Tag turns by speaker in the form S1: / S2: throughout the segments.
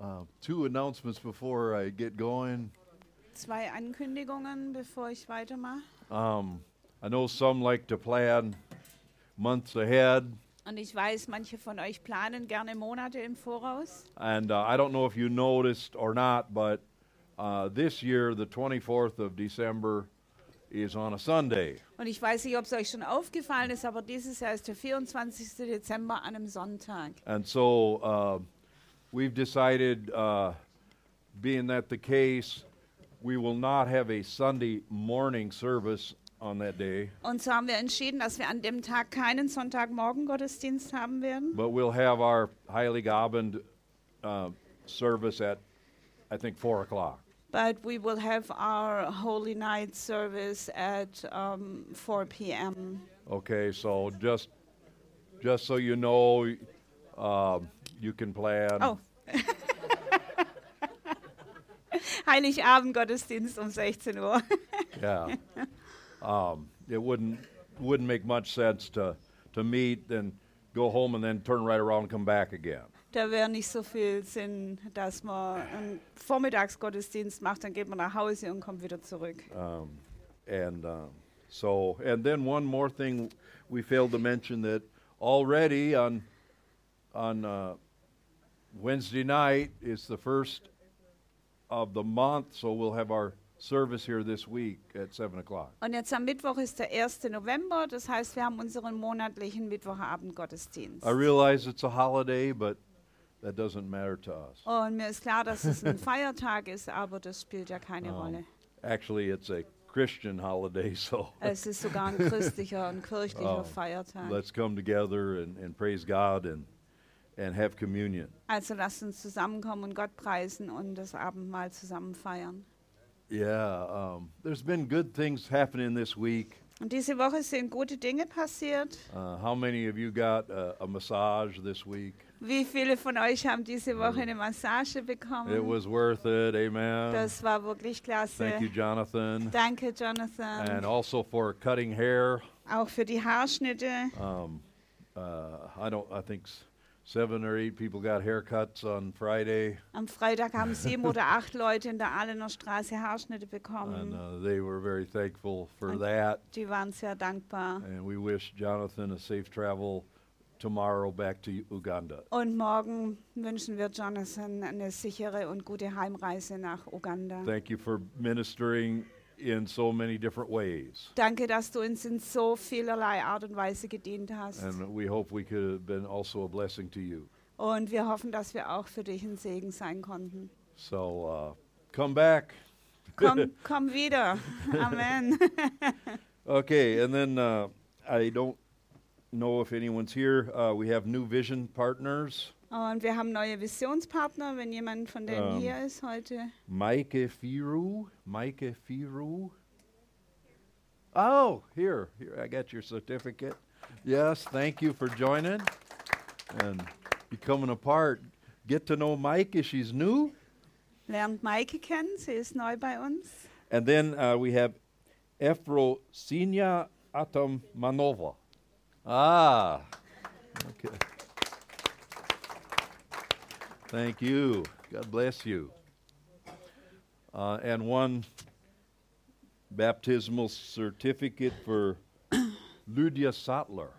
S1: Um, two announcements before I get going.
S2: Zwei Ankündigungen, bevor ich weitermache.
S1: Um, I know some like to plan months ahead,
S2: Und ich weiß, manche von euch planen gerne Monate im Voraus.
S1: and uh, I don't know if you noticed or not, but uh, this year, the 24th of December, is on a Sunday.
S2: Und ich weiß nicht, ob es euch schon aufgefallen ist, aber dieses Jahr ist der 24. Dezember an einem Sonntag.
S1: And so uh, we've decided, uh, being that the case, we will not have a Sunday morning service on that day,
S2: Und so haben wir entschieden, dass wir an dem Tag keinen Sonntagmorgen-Gottesdienst haben werden,
S1: but we'll have our Heiligabend uh, service at, I think, 4 o'clock.
S2: but we will have our Holy Night service at um, 4 p.m.
S1: Okay, so just, just so you know, uh, you can plan.
S2: Oh. Heiligabend-Gottesdienst um 16 Uhr.
S1: Yeah. Um, it wouldn't, wouldn't make much sense to, to meet, then go home and then turn right around and come back again.
S2: Da wäre nicht so viel Sinn, dass man einen Vormittagsgottesdienst macht, dann geht man nach Hause und kommt wieder zurück.
S1: And um, so, and then one more thing we failed to mention that already on, on uh, Wednesday night is the first of the month, so we'll have our service here this week at 7 o'clock.
S2: Und jetzt am Mittwoch ist der 1. November, das heißt, wir haben unseren monatlichen Mittwochabend-Gottesdienst.
S1: I realize it's a holiday, but that doesn't matter to us.
S2: Und mir ist klar, dass es ein Feiertag ist, aber das spielt ja keine Rolle.
S1: Actually, it's a Christian holiday, so
S2: Es ist sogar ein christlicher und kirchlicher
S1: Oh,
S2: Feiertag.
S1: let's come together and, and praise God and, and have communion.
S2: Also lasst uns zusammenkommen und Gott preisen und das Abendmahl zusammen feiern.
S1: Yeah, um, there's been good things happening this week.
S2: Und diese Woche sind gute Dinge passiert.
S1: Uh, how many of you got uh, a massage this week?
S2: Wie viele von euch haben diese Woche eine Massage
S1: Hm. It
S2: bekommen?
S1: was worth it. Amen.
S2: Das war wirklich
S1: Thank you,
S2: klasse.
S1: Jonathan.
S2: Danke,
S1: And
S2: Jonathan.
S1: also for cutting hair.
S2: Auch für die Haarschnitte.
S1: Um, uh, I don't. I think s- seven or eight people got haircuts on Friday,
S2: Am Freitag haben sieben oder acht Leute in der Ahlener Straße Haarschnitte
S1: and
S2: bekommen.
S1: uh, they were very thankful for
S2: Um, Thank-
S1: that.
S2: Die waren sehr dankbar.
S1: And we wish Jonathan a safe travel tomorrow back to Uganda.
S2: Und morgen wünschen wir Jonathan eine sichere und gute Heimreise nach Uganda.
S1: Thank you for ministering in so many different ways.
S2: Danke, dass du uns in so vielerlei Art und Weise gedient hast.
S1: And uh, we hope we could have been also a blessing to you.
S2: Und wir hoffen, dass wir auch für dich ein Segen sein konnten.
S1: So uh, come back.
S2: Komm, komm wieder. Amen.
S1: Okay, and then uh, I don't know if anyone's here. Uh, we have new vision partners.
S2: Und wir haben neue Visionspartner, wenn jemand von denen
S1: Ähm.
S2: hier ist heute.
S1: Mike Firu. Mike Firu. Oh, here, here, I got your certificate. Yes, thank you for joining and becoming a part. Get to know Mike if she's new.
S2: Lernt Maike kennen, sie ist neu bei uns.
S1: And then uh, we have Efrosinia Atamanova. Ah, okay. Thank you. God bless you. Uh, and one baptismal certificate for Lydia Sattler.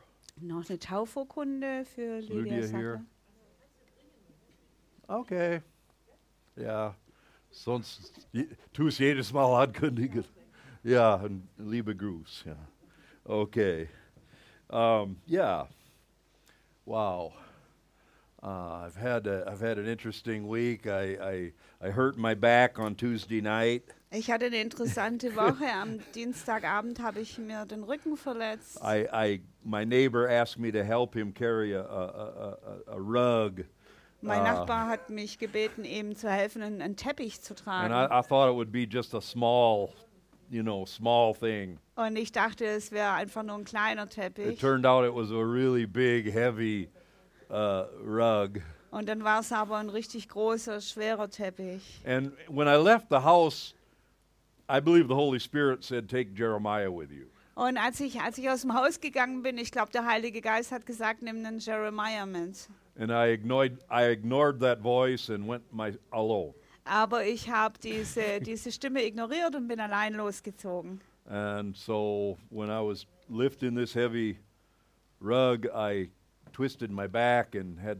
S2: Noch eine Taufurkunde für
S1: Is
S2: Lydia,
S1: Lydia
S2: Sattler.
S1: here? Okay. Ja, sonst je- tu es jedes Mal ankündigen. Ja, und liebe Gruß. Ja. Okay. Um, yeah. Wow. Uh, I've had a, I've had an interesting week. I, I I hurt my back on Tuesday night.
S2: Ich hatte eine interessante Woche. Am Dienstagabend habe ich mir den Rücken verletzt.
S1: I, I my neighbor asked me to help him carry a a, a, a- a rug.
S2: Mein
S1: Ah.
S2: Nachbar hat mich gebeten, ihm zu helfen, einen, einen Teppich zu
S1: And I,
S2: tragen.
S1: I thought it would be just a small, you know, small thing.
S2: Und ich dachte, es wäre einfach nur ein kleiner
S1: It
S2: Teppich.
S1: turned out it was a really big, heavy uh, rug.
S2: Und dann war es aber ein richtig großer, schwerer Teppich.
S1: And when I left the house, I believe the Holy Spirit said, Take Jeremiah with you.
S2: Und als ich, als ich aus dem Haus gegangen bin, ich glaube, der Heilige Geist hat gesagt, nimm den Jeremiah mit.
S1: And I ignored, I ignored that voice and went my alone.
S2: Aber ich habe diese, diese Stimme ignoriert und bin allein losgezogen.
S1: And so when I was lifting this heavy rug, I twisted my back and had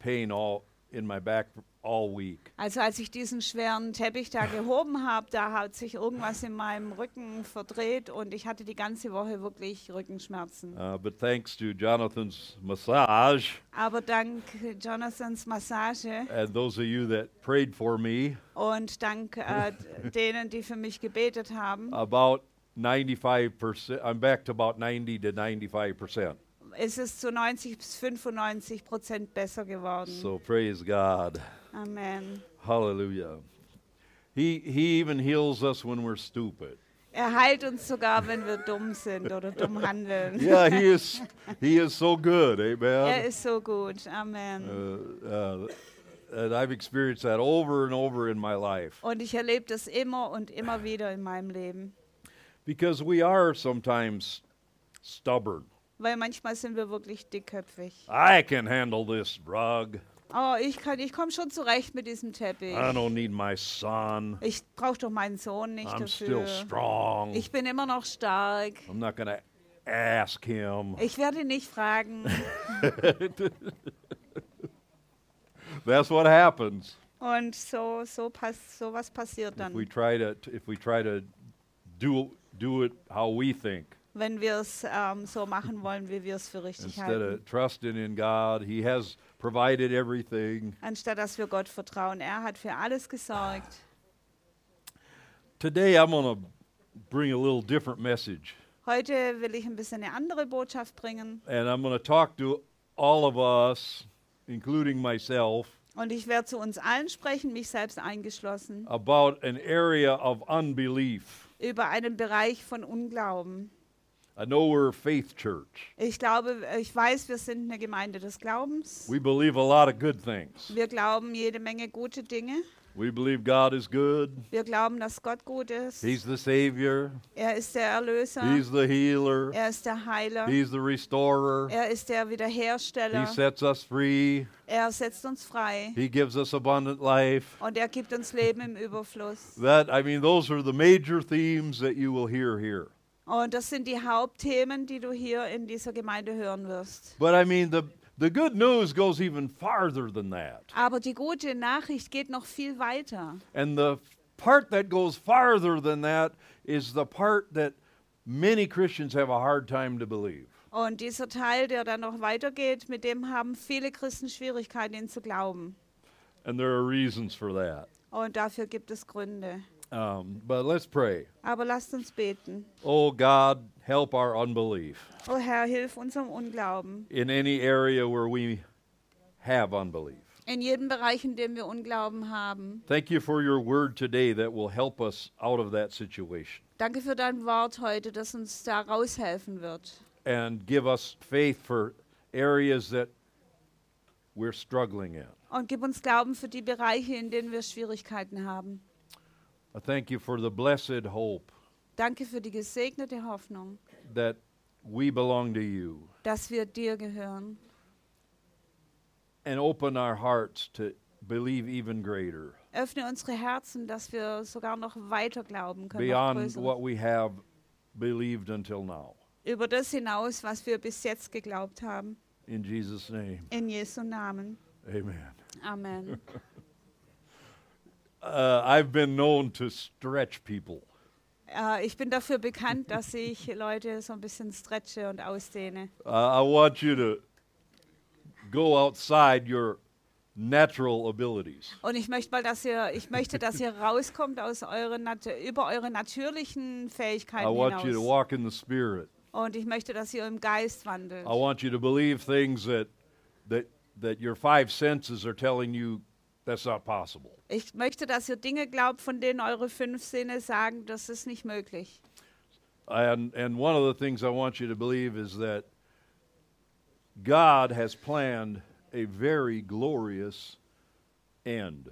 S1: pain all in my back all week.
S2: Also als ich diesen schweren Teppich da gehoben habe, da hat sich irgendwas in meinem Rücken verdreht und ich hatte die ganze Woche wirklich Rückenschmerzen.
S1: Uh, but thanks to Jonathan's massage
S2: Aber dank Jonathans Massage
S1: and those of you that prayed for me,
S2: und dank äh, d- denen, die für mich gebetet haben,
S1: about 95%, I'm back to about 90 to 95%.
S2: ist es zu 90 bis 95 Prozent besser geworden.
S1: So praise God.
S2: Amen.
S1: Hallelujah. He, he even heals us when we're stupid.
S2: Er heilt uns sogar, wenn wir dumm sind oder dumm handeln.
S1: Yeah, he is, he is so good.
S2: Er
S1: Amen.
S2: ist so gut. Amen.
S1: Uh, uh, and I've experienced that over and over in my life
S2: Und ich erlebe das immer und immer wieder in meinem Leben.
S1: because we are sometimes stubborn.
S2: Weil manchmal sind wir wirklich dickköpfig.
S1: I can handle this rug.
S2: Oh, ich, kann- ich komme schon zurecht mit diesem Teppich.
S1: I don't need my son.
S2: Ich brauche doch meinen Sohn nicht
S1: I'm still
S2: dafür.
S1: strong.
S2: Ich bin immer noch stark.
S1: I'm not going to ask him.
S2: Ich werde nicht fragen.
S1: That's what happens
S2: Und so, so pass, sowas passiert
S1: if we
S2: dann,
S1: try to if we try to do do it how we think
S2: wenn wir es ähm, so machen wollen, wie wir es für richtig
S1: instead
S2: halten.
S1: of trusting in God. He has provided everything.
S2: Anstatt dass wir Gott vertrauen. Er hat für alles gesorgt.
S1: Today I'm going to bring a little different message
S2: Heute will ich ein bisschen eine andere Botschaft bringen.
S1: and I'm going to talk to all of us including myself
S2: Und ich werde zu uns allen sprechen, mich selbst eingeschlossen,
S1: about an area of unbelief.
S2: über einen Bereich von Unglauben.
S1: I know we're a faith church.
S2: Ich glaube, ich weiß, wir sind eine Gemeinde des Glaubens.
S1: We believe a lot of good things.
S2: Wir glauben jede Menge gute Dinge.
S1: We believe God is good.
S2: Wir glauben, dass Gott gut ist.
S1: He's the savior.
S2: Er ist der Erlöser.
S1: He's the healer.
S2: Er ist der Heiler.
S1: He's the restorer.
S2: Er ist der
S1: He
S2: Wiederhersteller.
S1: sets us free.
S2: Er setzt uns frei.
S1: He gives us abundant life.
S2: Und er gibt uns Leben im Überfluss.
S1: That I mean those are the major themes that you will hear here.
S2: Und das sind die Hauptthemen, die du hier in dieser Gemeinde hören wirst.
S1: But I mean the the good news goes even farther than that.
S2: Aber die gute Nachricht geht noch viel weiter.
S1: And the part that goes farther than that is the part that many Christians have a hard time to believe.
S2: Und dieser Teil, der dann noch weitergeht, mit dem haben viele Christen Schwierigkeiten, ihn zu glauben.
S1: And there are reasons for that.
S2: Und dafür gibt es Gründe.
S1: Um, but let's pray.
S2: Aber lasst uns beten.
S1: Oh God, help our unbelief
S2: O Herr, hilf unserem Unglauben.
S1: in any area where we have unbelief.
S2: In jedem Bereich, in dem wir Unglauben haben.
S1: Thank you for your word today that will help us out of that situation
S2: Danke für dein Wort heute, das uns da raushelfen wird.
S1: and give us faith for areas that we're struggling in.
S2: Und gib uns Glauben für die Bereiche, in denen wir Schwierigkeiten haben.
S1: I thank you for the blessed hope
S2: Danke für die gesegnete Hoffnung,
S1: that we belong to you
S2: dass wir dir gehören.
S1: and open our hearts to believe even greater
S2: Öffne unsere Herzen, dass wir sogar noch weiter glauben können. noch
S1: beyond
S2: größer.
S1: what we have believed until now.
S2: Über das hinaus, was wir bis jetzt geglaubt haben.
S1: In Jesus' name,
S2: In Jesu Namen.
S1: amen.
S2: Amen.
S1: Uh, I've been known to stretch people.
S2: äh, ich bin dafür bekannt, dass ich Leute so ein bisschen stretche und ausdehne.
S1: Uh, I want you to go outside your natural abilities.
S2: Und ich möchte mal, dass ihr, ich möchte, dass ihr rauskommt aus euren nat- über eure natürlichen
S1: I
S2: Fähigkeiten
S1: want you to
S2: hinaus.
S1: walk in the Spirit.
S2: Und ich möchte, dass ihr im Geist wandelt.
S1: I want you to believe things that that that your five senses are telling you that's not possible.
S2: Ich möchte, dass ihr Dinge glaubt, von denen eure fünf Sinne sagen, das ist nicht möglich.
S1: And and one of the things I want you to believe is that God has planned a very glorious end.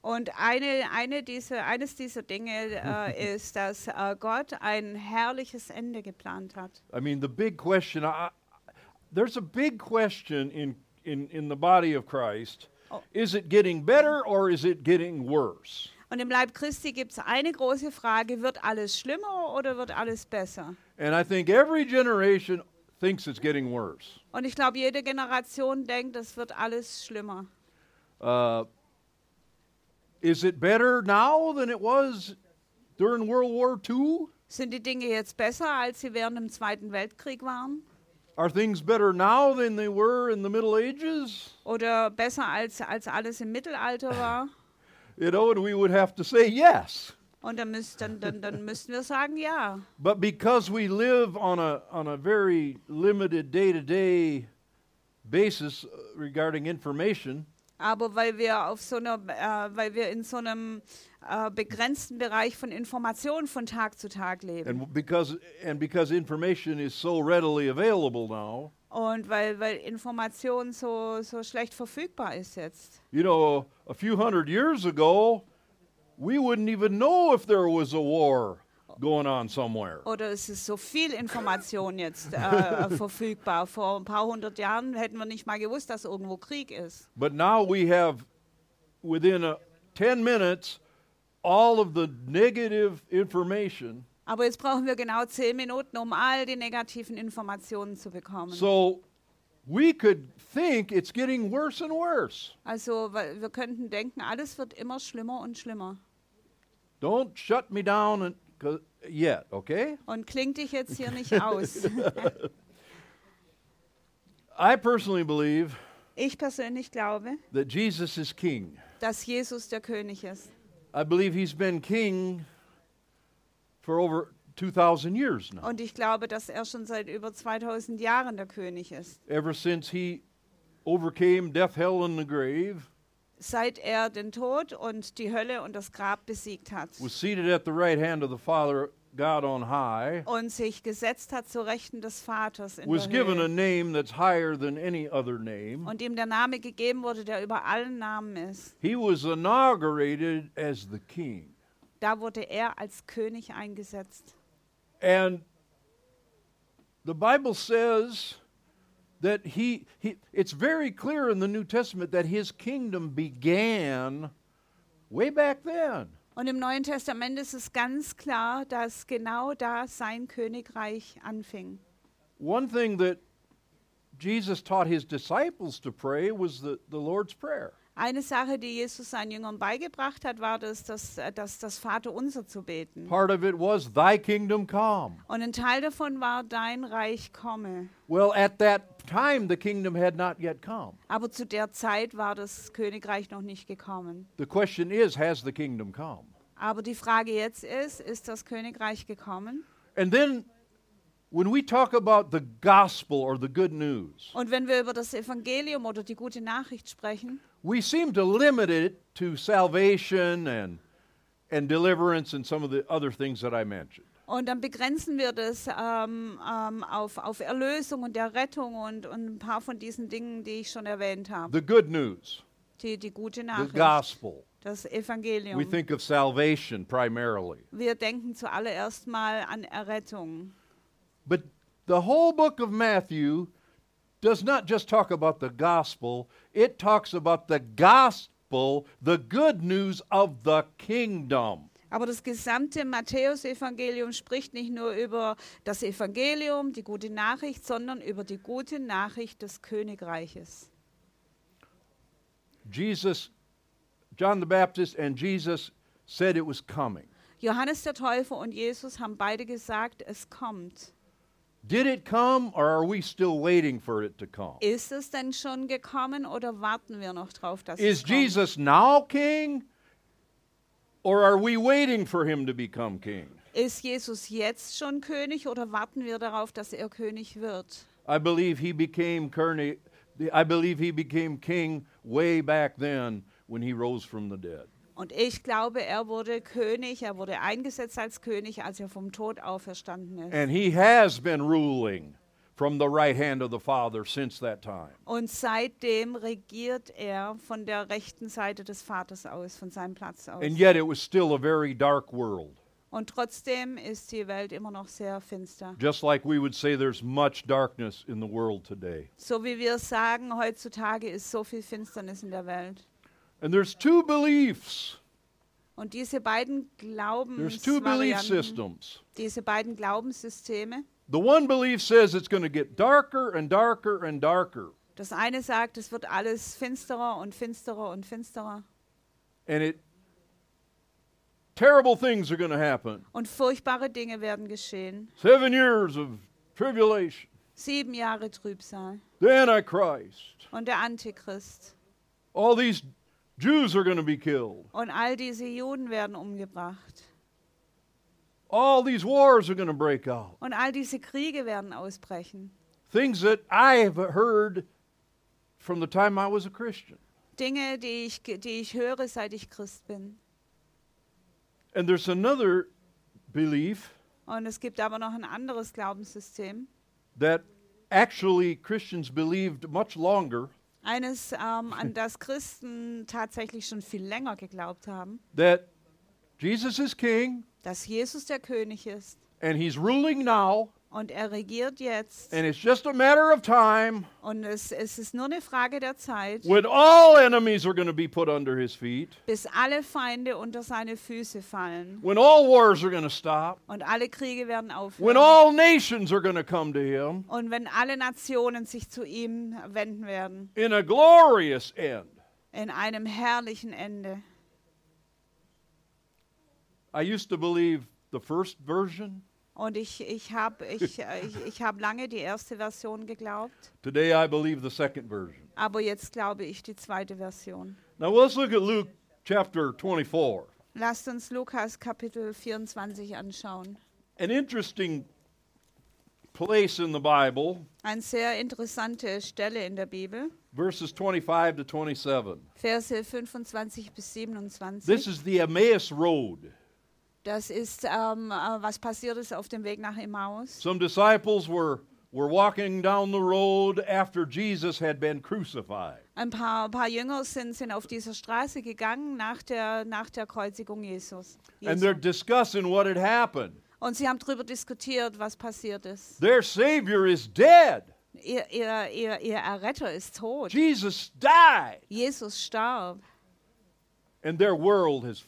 S2: Und eine, eine dieser, eines dieser Dinge äh, ist, dass äh, Gott ein herrliches Ende geplant hat.
S1: I mean, the big question. I, there's a big question in in, in the body of Christ,
S2: Oh.
S1: is it getting better or is it getting worse?
S2: Und im Leib Christi gibt es eine große Frage, wird alles schlimmer oder wird alles besser?
S1: And I think every generation thinks it's getting worse.
S2: Und ich glaube, jede Generation denkt, es wird alles schlimmer.
S1: Uh, is it better now than it was during World War II?
S2: Sind die Dinge jetzt besser, als sie während dem Zweiten Weltkrieg waren?
S1: Are things better now than they were in the Middle Ages?
S2: Oder besser, als, als alles im Mittelalter war?
S1: You know, and we would have to say yes.
S2: Und dann, müsst, dann, dann, dann müssten wir sagen, ja.
S1: But because we live on a, on a very limited day to day basis uh, regarding information,
S2: Aber weil wir auf so einer, äh, weil wir in so einem äh, begrenzten Bereich von Informationen von Tag zu Tag leben.
S1: and because, and because information is so readily available now,
S2: Und weil, weil Information so, so schlecht verfügbar ist jetzt.
S1: You know, a few hundred years ago, we wouldn't even know if there was a war going on somewhere.
S2: Oder es ist so viel Information jetzt äh, verfügbar. Vor ein paar hundert Jahren hätten wir nicht mal gewusst, dass irgendwo Krieg ist.
S1: But now we have, within a, 10 minutes, all of the negative information.
S2: Aber jetzt brauchen wir genau zehn Minuten, um all die negativen Informationen zu bekommen.
S1: So we could think it's getting worse and worse.
S2: Also weil wir könnten denken, alles wird immer schlimmer und schlimmer.
S1: Don't shut me down and, 'cause- yet, okay?
S2: Und kling dich jetzt hier nicht aus.
S1: I personally believe
S2: Ich persönlich glaube,
S1: that Jesus is king.
S2: dass Jesus der König ist.
S1: I believe he's been king for over 2,000 years now.
S2: Und ich glaube, dass er schon seit über 2000 Jahren der König ist.
S1: ever since he overcame death, hell, and the grave,
S2: Seit er den Tod und die Hölle und das Grab besiegt hat
S1: was seated at the right hand of the Father God on high,
S2: und sich gesetzt hat zu Rechten des Vaters in
S1: was
S2: der
S1: given a
S2: Höhe.
S1: name that's higher than any other name.
S2: Und ihm der Name gegeben wurde, der über allen Namen ist.
S1: He was inaugurated as the king.
S2: Da wurde er als König eingesetzt.
S1: And the Bible says that he, he it's very clear in the New Testament that his kingdom began way back then.
S2: Und im Neuen Testament ist es ganz klar, dass genau da sein Königreich anfing.
S1: One thing that Jesus taught his disciples to pray was the, the Lord's Prayer.
S2: Eine Sache, die Jesus seinen Jüngern beigebracht hat, war das, das, äh, das, das Vaterunser zu beten.
S1: Part of it was, Thy kingdom come.
S2: Und ein Teil davon war, dein Reich komme.
S1: Well, at that time, the kingdom had not yet come.
S2: Aber zu der Zeit war das Königreich noch nicht gekommen.
S1: The question is, Has the kingdom come?
S2: Aber die Frage jetzt ist, ist das Königreich gekommen?
S1: And then when we talk about the gospel or the good news,
S2: Und wenn wir über das Evangelium oder die gute Nachricht sprechen,
S1: we seem to limit it to salvation and, and deliverance and some of the other things that I mentioned.
S2: und dann begrenzen wir das ähm, ähm, auf, auf Erlösung und der Rettung und, und ein paar von diesen Dingen, die ich schon erwähnt habe.
S1: The good news,
S2: Die, die gute
S1: the
S2: Nachricht,
S1: gospel.
S2: das
S1: We
S2: Evangelium.
S1: think of salvation primarily.
S2: Wir denken zuallererst mal an Errettung.
S1: But the whole book of Matthew does not just talk about the gospel, it talks about the gospel, the good news of the kingdom.
S2: Aber das gesamte Matthäusevangelium spricht nicht nur über das Evangelium, die gute Nachricht, sondern über die gute Nachricht des Königreiches.
S1: Jesus, John the Baptist, and Jesus said it was coming.
S2: Johannes der Täufer und Jesus haben beide gesagt, es kommt.
S1: Did it come, or are we still waiting for it to come?
S2: Ist es denn schon gekommen oder warten wir noch drauf, dass
S1: Is
S2: es kommt?
S1: Jesus now king, or are we waiting for him to become king?
S2: Ist Jesus jetzt schon König oder warten wir darauf, dass er König wird?
S1: I believe he became Kearney, I believe he became king way back then when he rose from the dead.
S2: Und ich glaube, er wurde König, er wurde eingesetzt als König, als er vom Tod auferstanden ist.
S1: And he has been ruling from the right hand of the Father since that time.
S2: Und seitdem regiert er von der rechten Seite des Vaters aus, von seinem Platz aus.
S1: And yet it was still a very dark world.
S2: Und trotzdem ist die Welt immer noch sehr finster.
S1: Just like we would say there's much darkness in the world today.
S2: So wie wir sagen, heutzutage ist so viel Finsternis in der Welt.
S1: And there's two beliefs,
S2: Und diese beiden
S1: there's
S2: Mm,
S1: two belief
S2: Glaubensvarianten,
S1: systems.
S2: diese beiden Glaubenssysteme,
S1: The one belief says it's going to get darker and darker and darker,
S2: das eine sagt, es wird alles finsterer und finsterer und finsterer
S1: and it terrible things are going to happen.
S2: und furchtbare Dinge werden geschehen.
S1: Seven years of tribulation,
S2: Sieben Jahre Trübsal
S1: the Antichrist,
S2: und der Antichrist
S1: all these Jews are going to be killed,
S2: und all diese Juden werden umgebracht
S1: all these wars are going to break out.
S2: und all diese Kriege werden ausbrechen.
S1: Things that I have heard from the time I was a Christian.
S2: Dinge, die ich, ge- die ich höre, seit ich Christ bin.
S1: And there's another belief
S2: Und es gibt aber noch ein anderes Glaubenssystem.
S1: that actually Christians believed much longer
S2: Eines, ähm, an das Christen tatsächlich schon viel länger geglaubt haben,
S1: that Jesus is king
S2: dass Jesus der König ist
S1: and he's ruling now
S2: und er regiert jetzt.
S1: and it's just a matter of time
S2: Und es, es ist nur eine Frage der Zeit,
S1: when all enemies are going to be put under his feet,
S2: bis alle Feinde unter seine Füße fallen
S1: when all wars are going to stop,
S2: und alle Kriege werden
S1: when
S2: aufhören.
S1: all nations are going to come to him
S2: Und wenn alle Nationen sich zu ihm wenden werden,
S1: in a glorious end.
S2: in einem herrlichen Ende.
S1: I used to believe the first version.
S2: Und ich, ich habe ich, äh, ich, ich hab lange die erste Version geglaubt,
S1: Today I believe the second version.
S2: aber jetzt glaube ich die zweite Version.
S1: Now let's look at Luke chapter 24.
S2: Lasst uns Lukas Kapitel 24 anschauen.
S1: An interesting place in the Bible,
S2: Eine sehr interessante Stelle in der Bibel,
S1: verses 25 to 27.
S2: Verse 25 bis
S1: This
S2: 27.
S1: is the Emmaus Road.
S2: Das ist, ähm, äh, was passiert ist auf dem Weg nach Emmaus.
S1: Some disciples were, were walking down the road after Jesus had been crucified.
S2: Ein paar, paar Jünger sind, sind auf dieser Straße gegangen nach der, nach der Kreuzigung Jesus.
S1: And they're
S2: Jesu.
S1: discussing what had happened.
S2: Und sie haben darüber diskutiert, was passiert ist.
S1: Their Savior is dead.
S2: Ihr, ihr, ihr, ihr Erretter ist tot.
S1: Jesus died.
S2: Jesus starb
S1: And their world has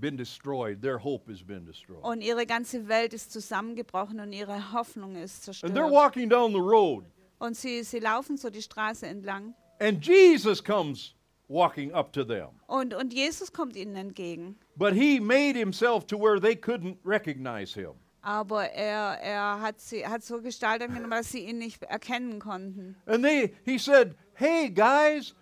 S1: been destroyed. Their hope has been destroyed.
S2: und ihre ganze Welt ist zusammengebrochen und ihre Hoffnung ist
S1: And they're
S2: zerstört.
S1: walking down the road.
S2: Und sie, sie laufen so die Straße entlang
S1: And Jesus comes walking up to them.
S2: und, und Jesus kommt ihnen entgegen.
S1: But he made himself to where they couldn't recognize him.
S2: Aber er, er hat sie hat so Gestalt angenommen, dass sie ihn nicht erkennen konnten.
S1: And they he said, "Hey guys,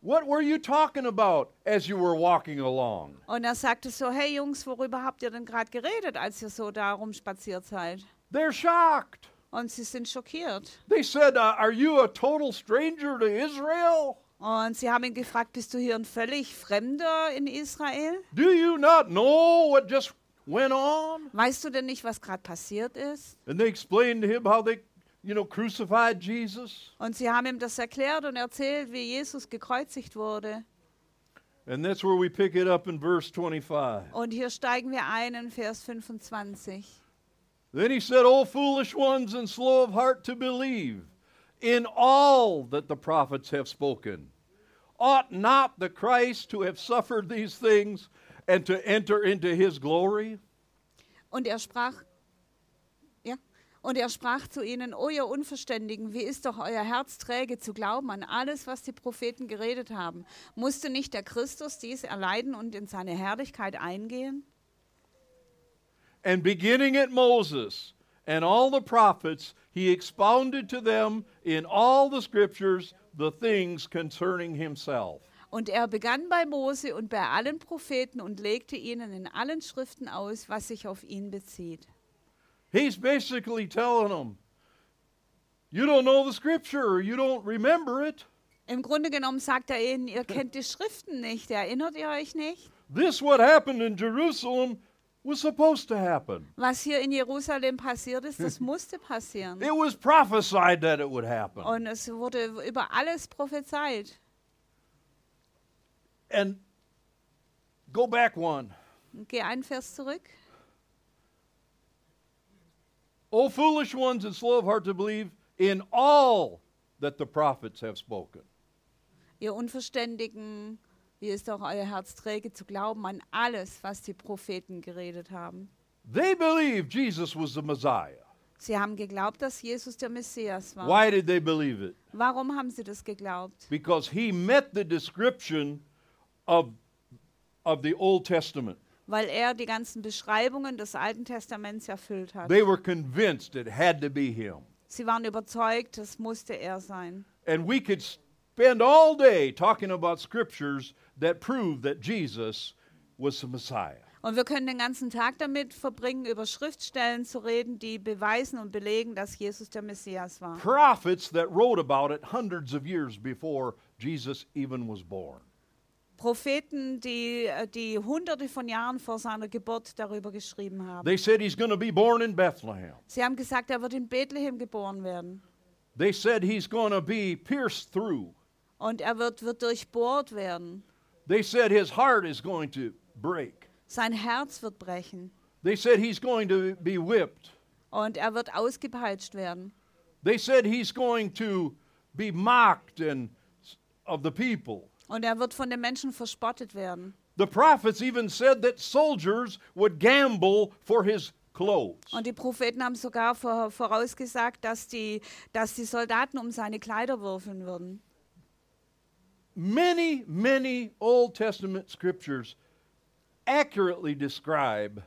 S1: what were you talking about as you were walking along?"
S2: Und er sagte so, hey Jungs, worüber habt ihr denn gerade geredet, als ihr so da rumspaziert seid?
S1: They're shocked.
S2: Und sie sind schockiert.
S1: They said, uh, "Are you a total stranger to Israel?
S2: Und sie haben ihn gefragt, bist du hier ein völlig Fremder in Israel?
S1: Do you not know what just went on?"
S2: Weißt du denn nicht, was gerade passiert ist?
S1: And they explained to him how they, you know, crucified Jesus.
S2: Und sie haben ihm das erklärt und erzählt, wie Jesus gekreuzigt wurde.
S1: And that's where we pick it up in verse 25.
S2: Und hier steigen wir ein in Vers 25.
S1: Then he said, O foolish ones and slow of heart to believe in all that the prophets have spoken. Ought not the Christ to have suffered these things and to enter into his glory?
S2: Und er sprach, ja, und er sprach zu ihnen, O ihr Unverständigen, wie ist doch euer Herz träge zu glauben an alles, was die Propheten geredet haben? Musste nicht der Christus dies erleiden und in seine Herrlichkeit eingehen?
S1: And beginning at Moses and all the prophets, he expounded to them in all the scriptures the things concerning himself.
S2: Und er begann bei Mose und bei allen Propheten und legte ihnen in allen Schriften aus, was sich auf ihn bezieht.
S1: He's basically telling them, You don't know the scripture, or you don't remember it.
S2: Im Grunde genommen sagt er ihnen, ihr kennt die Schriften nicht, erinnert ihr euch nicht?
S1: This, what happened in Jerusalem, was supposed to happen.
S2: Was hier in Jerusalem passiert ist, das musste passieren.
S1: It was prophesied that it would happen.
S2: Und es wurde über alles prophezeit.
S1: And go back one.
S2: Geh einen Vers zurück.
S1: O foolish ones and slow of heart to believe in all that the prophets have spoken.
S2: Ihr Unverständigen, wie ist doch euer Herz träge zu glauben an alles, was die Propheten geredet haben.
S1: They believed Jesus was the Messiah.
S2: Sie haben geglaubt, dass Jesus der Messias war.
S1: Why did they believe it?
S2: Warum haben sie das geglaubt?
S1: Because he met the description of, of the Old Testament.
S2: Weil er die ganzen Beschreibungen des Alten Testaments erfüllt hat.
S1: They were convinced it had to be him.
S2: Sie waren überzeugt, das musste er sein.
S1: And we could spend all day talking about scriptures that prove that Jesus was the Messiah.
S2: Und wir können den ganzen Tag damit verbringen, über Schriftstellen zu reden, die beweisen und belegen, dass Jesus der Messias war.
S1: Prophets that wrote about it hundreds of years before Jesus even was born.
S2: Propheten, die, äh, die hunderte von Jahren vor seiner Geburt darüber geschrieben haben.
S1: They said he's going to be born in Bethlehem.
S2: Sie haben gesagt, er wird in Bethlehem geboren werden.
S1: They said he's going to be pierced through.
S2: Und er wird, wird durchbohrt werden.
S1: They said his heart is going to break.
S2: Sein Herz wird brechen.
S1: They said he's going to be whipped.
S2: Und er wird ausgepeitscht werden.
S1: They said he's going to be mocked and of the people.
S2: Und er wird von den Menschen verspottet werden.
S1: The prophets even said that soldiers would gamble for his clothes.
S2: Und die Propheten haben sogar vor- vorausgesagt, dass die, dass die Soldaten um seine Kleider würfeln würden.
S1: Many, many Old Testament scriptures accurately describe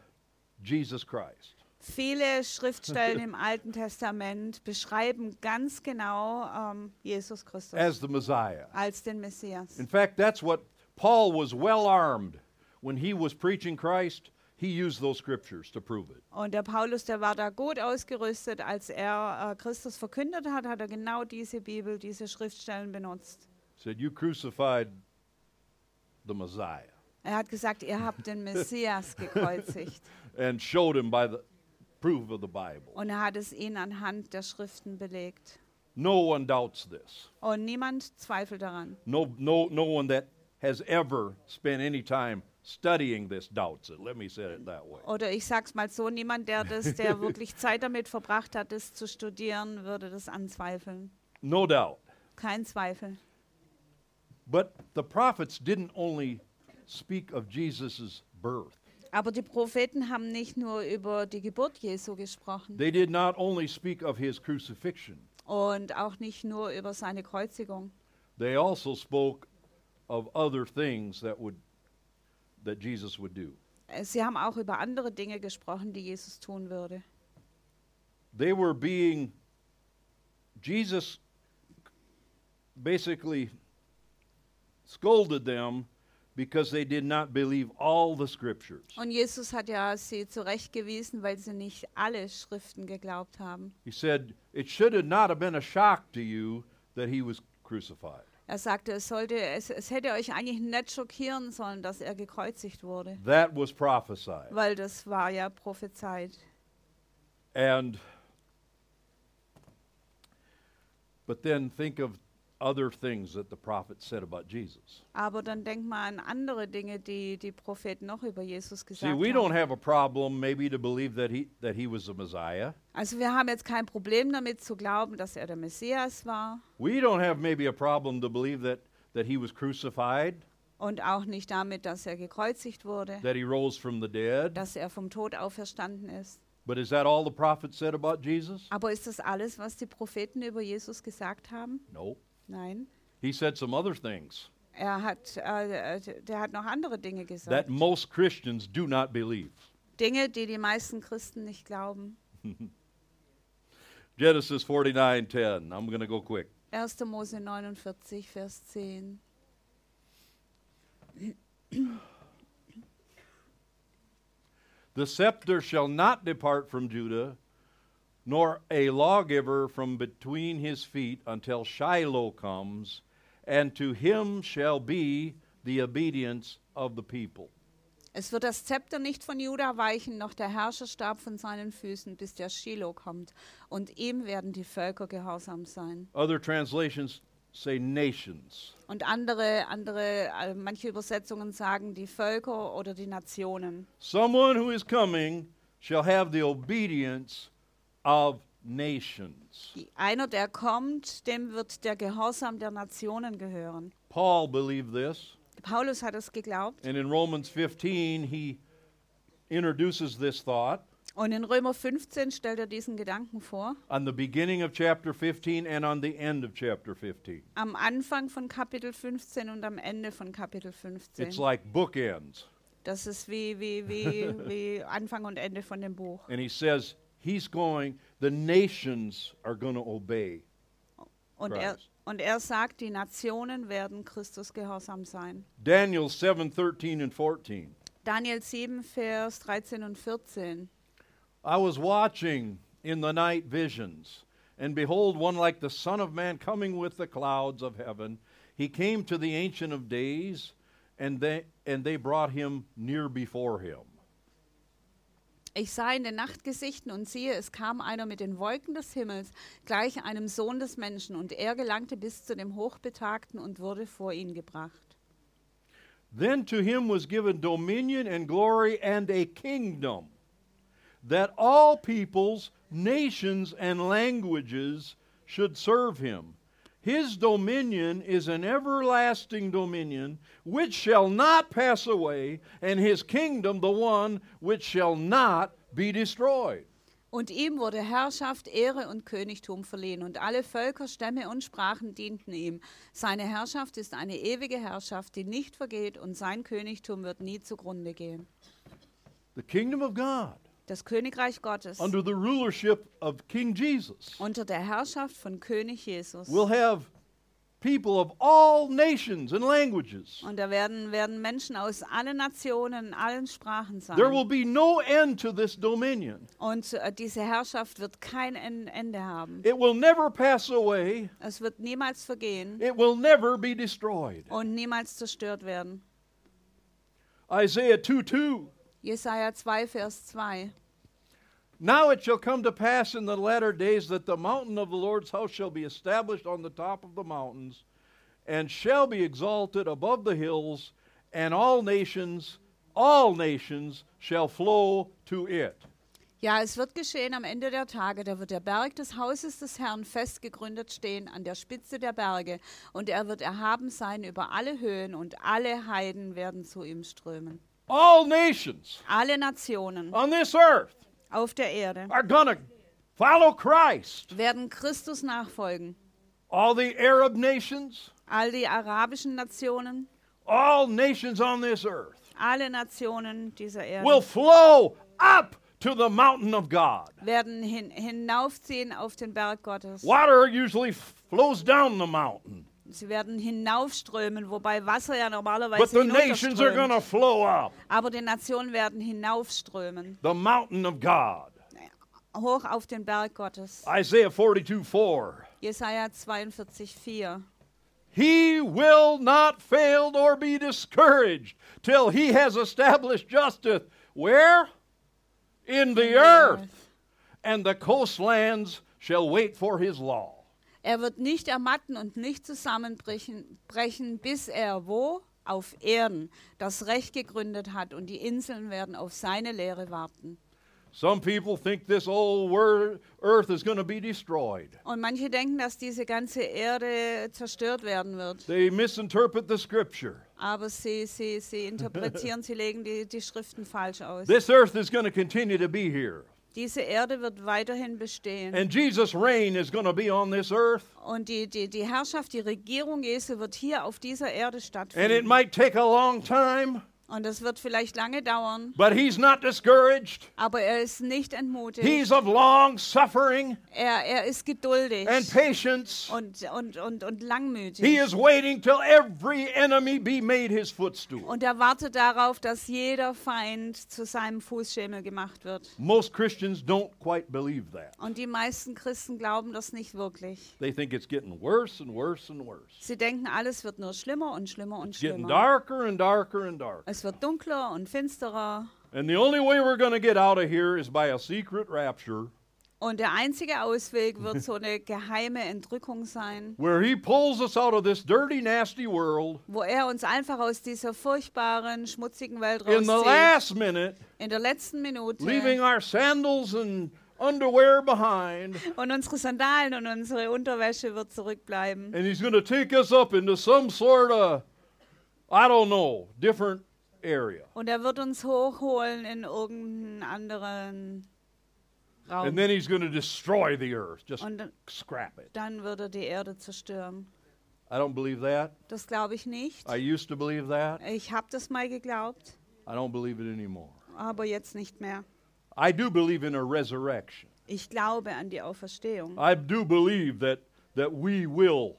S1: Jesus Christ.
S2: Viele Schriftstellen im Alten Testament beschreiben ganz genau ähm, Jesus Christus
S1: as the Messiah.
S2: als den Messias.
S1: In fact, that's what Paul was well armed when he was preaching Christ. He used those scriptures to prove it.
S2: Und der Paulus, der war da gut ausgerüstet, als er äh, Christus verkündet hat, hat er genau diese Bibel, diese Schriftstellen benutzt.
S1: He said, You crucified the Messiah
S2: Er hat gesagt, ihr habt den Messias gekreuzigt.
S1: and showed him by the proof of the Bible.
S2: Und er hat es ihnen anhand der Schriften belegt.
S1: No one doubts this.
S2: Und niemand zweifelt daran.
S1: No, no, no one that has ever spent any time studying this doubts it. Let me say it that way.
S2: Oder ich sag's mal so, niemand, der das, der wirklich Zeit damit verbracht hat, das zu studieren, würde das anzweifeln.
S1: No doubt.
S2: Kein Zweifel.
S1: But the prophets didn't only speak of Jesus' birth.
S2: Aber die Propheten haben nicht nur über die Geburt Jesu gesprochen
S1: They did not only speak of his crucifixion,
S2: und auch nicht nur über seine Kreuzigung.
S1: they also spoke of other things that would that Jesus would do.
S2: Äh, Sie haben auch über andere Dinge gesprochen, die Jesus tun würde.
S1: They were being Jesus basically scolded them because they did not believe all the scriptures.
S2: Und Jesus hat ja sie zurechtgewiesen, weil sie nicht alle Schriften geglaubt haben.
S1: He said, "It should have not have been a shock to you that he was crucified.
S2: Er sagte, es, sollte, es, es hätte euch eigentlich nicht schockieren sollen, dass er gekreuzigt wurde,
S1: That was prophesied."
S2: weil das war ja prophezeit.
S1: And but then think of other things that the prophets said about Jesus.
S2: Aber dann denk mal an andere Dinge, die die Propheten noch über Jesus
S1: See,
S2: gesagt
S1: we don't
S2: haben.
S1: have a problem maybe to believe that he that he was the Messiah.
S2: Also wir haben jetzt kein Problem damit zu glauben, dass er der Messias war
S1: We don't have maybe a problem to believe that that he was crucified,
S2: und auch nicht damit, dass er gekreuzigt wurde,
S1: that he rose from the dead.
S2: dass er vom Tod auferstanden ist.
S1: But is that all the prophets said about Jesus?
S2: Aber ist das alles, was die Propheten über Jesus gesagt haben?
S1: No.
S2: Nein.
S1: He said some other things
S2: Er hat, äh, äh, der hat noch andere Dinge gesagt.
S1: that most Christians do not believe.
S2: Dinge, die die meisten Christen nicht glauben.
S1: Genesis 49:10. I'm going to go quick.
S2: 1. Mose 49, Vers 10.
S1: The scepter shall not depart from Judah, nor a lawgiver from between his feet until Shiloh comes, and to him shall be the obedience of the people.
S2: Es wird das Zepter nicht von Juda weichen, noch der Herrscherstab von seinen Füßen, bis der Shiloh kommt. Und ihm werden die Völker gehorsam sein.
S1: Other translations say nations.
S2: Und andere, andere, äh, manche Übersetzungen sagen die Völker oder die Nationen.
S1: Someone who is coming shall have the obedience of nations.
S2: Die- Einer, der kommt, dem wird der Gehorsam der Nationen gehören.
S1: Paul believed this,
S2: Paulus hat es geglaubt.
S1: and in Romans 15, he introduces this thought.
S2: Und in Römer 15 stellt er diesen Gedanken vor.
S1: on the beginning of chapter 15 and on the end of chapter 15.
S2: Am Anfang von Kapitel 15 und am Ende von Kapitel 15.
S1: It's like bookends.
S2: Das ist wie, wie, wie, wie Anfang und Ende von dem Buch.
S1: And he says, He's going, the nations are going to obey.
S2: Und er,
S1: Christ.
S2: und er sagt, die Nationen werden Christus gehorsam sein.
S1: Daniel 7 13 and 14.
S2: Daniel 7, Vers 13 und 14.
S1: I was watching in the night visions, and behold, one like the Son of Man coming with the clouds of heaven. He came to the Ancient of Days, and they, and they brought him near before him.
S2: Ich sah in den Nachtgesichten und siehe, es kam einer mit den Wolken des Himmels, gleich einem Sohn des Menschen, und er gelangte bis zu dem Hochbetagten und wurde vor ihn gebracht.
S1: Then to him was given dominion and glory and a kingdom that all peoples, nations, and languages should serve him. His dominion is an everlasting dominion which shall not pass away, and his kingdom the one which shall not be destroyed.
S2: Und ihm wurde Herrschaft, Ehre und Königtum verliehen, und alle Völker, Stämme und Sprachen dienten ihm. Seine Herrschaft ist eine ewige Herrschaft, die nicht vergeht, und sein Königtum wird nie zugrunde gehen.
S1: The kingdom of God
S2: Das Königreich Gottes
S1: under the rulership of King Jesus
S2: unter der Herrschaft von König Jesus.
S1: will have people of all nations and languages.
S2: Und da werden, werden Menschen aus allen Nationen, allen Sprachen sein.
S1: There will be no end to this dominion.
S2: Und äh, diese Herrschaft wird kein En- Ende haben.
S1: It will never pass away.
S2: Es wird niemals vergehen
S1: It will never be destroyed.
S2: und niemals zerstört werden.
S1: Isaiah 2 2.
S2: Jesaja 2, Vers 2.
S1: Now it shall come to pass in the latter days that the mountain of the Lord's house shall be established on the top of the mountains and shall be exalted above the hills, and all nations, all nations shall flow to it.
S2: Ja, es wird geschehen am Ende der Tage, da wird der Berg des Hauses des Herrn festgegründet stehen an der Spitze der Berge, und er wird erhaben sein über alle Höhen, und alle Heiden werden zu ihm strömen.
S1: All nations
S2: Alle Nationen
S1: on this earth
S2: auf der Erde
S1: are going to follow Christ.
S2: werden Christus nachfolgen.
S1: All the Arab nations,
S2: All die arabischen Nationen,
S1: all nations on this earth
S2: alle Nationen dieser Erde.
S1: will flow up to the mountain of God.
S2: werden hin, hinaufziehen auf den Berg Gottes.
S1: Water usually f- flows down the mountain,
S2: Sie werden hinaufströmen, wobei Wasser ja
S1: but
S2: normalerweise
S1: the nations are going to
S2: hinunterströmt.
S1: flow up
S2: Aber die Nationen werden hinaufströmen,
S1: the mountain of God.
S2: hoch auf den Berg Gottes.
S1: Isaiah 42 4.
S2: Jesaja 42,4.
S1: He will not fail nor be discouraged till he has established justice. Where? In the earth. And the coastlands shall wait for his law.
S2: Er wird nicht ermatten und nicht zusammenbrechen, brechen, bis er wo? Auf Erden das Recht gegründet hat und die Inseln werden auf seine Lehre warten.
S1: Some people think this old wor- earth is going to be destroyed.
S2: Und manche denken, dass diese ganze Erde zerstört werden wird.
S1: They misinterpret the scripture.
S2: Aber sie, sie, sie interpretieren, sie legen die, die Schriften falsch aus.
S1: This earth is going to continue to be here.
S2: Diese Erde wird weiterhin bestehen.
S1: And Jesus' reign is going to be on this earth.
S2: Und die, die, die Herrschaft, die Regierung Jesu wird hier auf dieser Erde
S1: And it
S2: stattfinden.
S1: might take a long time,
S2: Und das wird vielleicht lange dauern,
S1: but he's not discouraged.
S2: aber er ist nicht entmutigt.
S1: He's of long suffering
S2: Er, er ist geduldig
S1: and patience.
S2: und, und, und, und
S1: He
S2: langmütig.
S1: is waiting till every enemy be made his footstool.
S2: Und er wartet darauf, dass jeder Feind zu seinem Fußschemel gemacht wird.
S1: Most Christians don't quite believe that.
S2: Und die meisten Christen glauben das nicht wirklich.
S1: They think it's getting worse and worse and worse.
S2: Sie denken, alles wird nur schlimmer und schlimmer und
S1: Getting
S2: schlimmer.
S1: darker and darker and darker.
S2: Es wird dunkler und finsterer.
S1: And the only way we're going to get out of here is by a secret rapture
S2: Und der einzige Ausweg wird so eine geheime Entrückung sein,
S1: where he pulls us out of this dirty, nasty world
S2: wo er uns einfach aus dieser furchtbaren, schmutzigen Welt
S1: in the
S2: rauszieht.
S1: last minute,
S2: In der letzten Minute
S1: leaving our sandals and underwear behind,
S2: Und unsere Sandalen und unsere Unterwäsche wird zurückbleiben.
S1: and He's going to take us up into some sort of, I don't know, different area.
S2: Und er wird uns hochholen in irgendeinen anderen
S1: And
S2: Raum.
S1: then He's going to destroy the earth, just
S2: Und
S1: scrap it.
S2: dann wird er die Erde zerstören.
S1: I don't believe that.
S2: Das glaube ich nicht.
S1: I used to believe that.
S2: Ich habe das mal geglaubt,
S1: I don't believe it anymore.
S2: aber jetzt nicht mehr.
S1: I do believe in a resurrection.
S2: Ich glaube an die Auferstehung.
S1: I do believe that that we will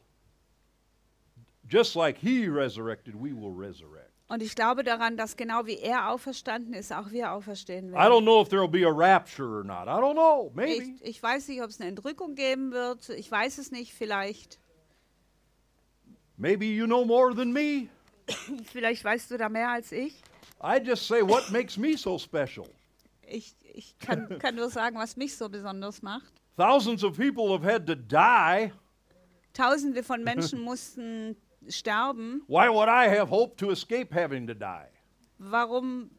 S1: just like he resurrected, we will resurrect.
S2: Und ich glaube daran, dass genau wie er auferstanden ist, auch wir auferstehen
S1: I
S2: werden.
S1: don't know if there'll be a rapture or not. I don't know. Maybe.
S2: Ich, ich weiß nicht, ob es eine Entrückung geben wird. Ich weiß es nicht. Vielleicht,
S1: Maybe you know more than me.
S2: vielleicht weißt du da mehr als ich.
S1: I just say what makes me so special.
S2: Ich, ich kann, kann nur sagen, was mich so besonders macht.
S1: Thousands of people have had to die.
S2: Tausende von Menschen mussten sterben.
S1: Why would I have hope to escape having to die?
S2: Warum?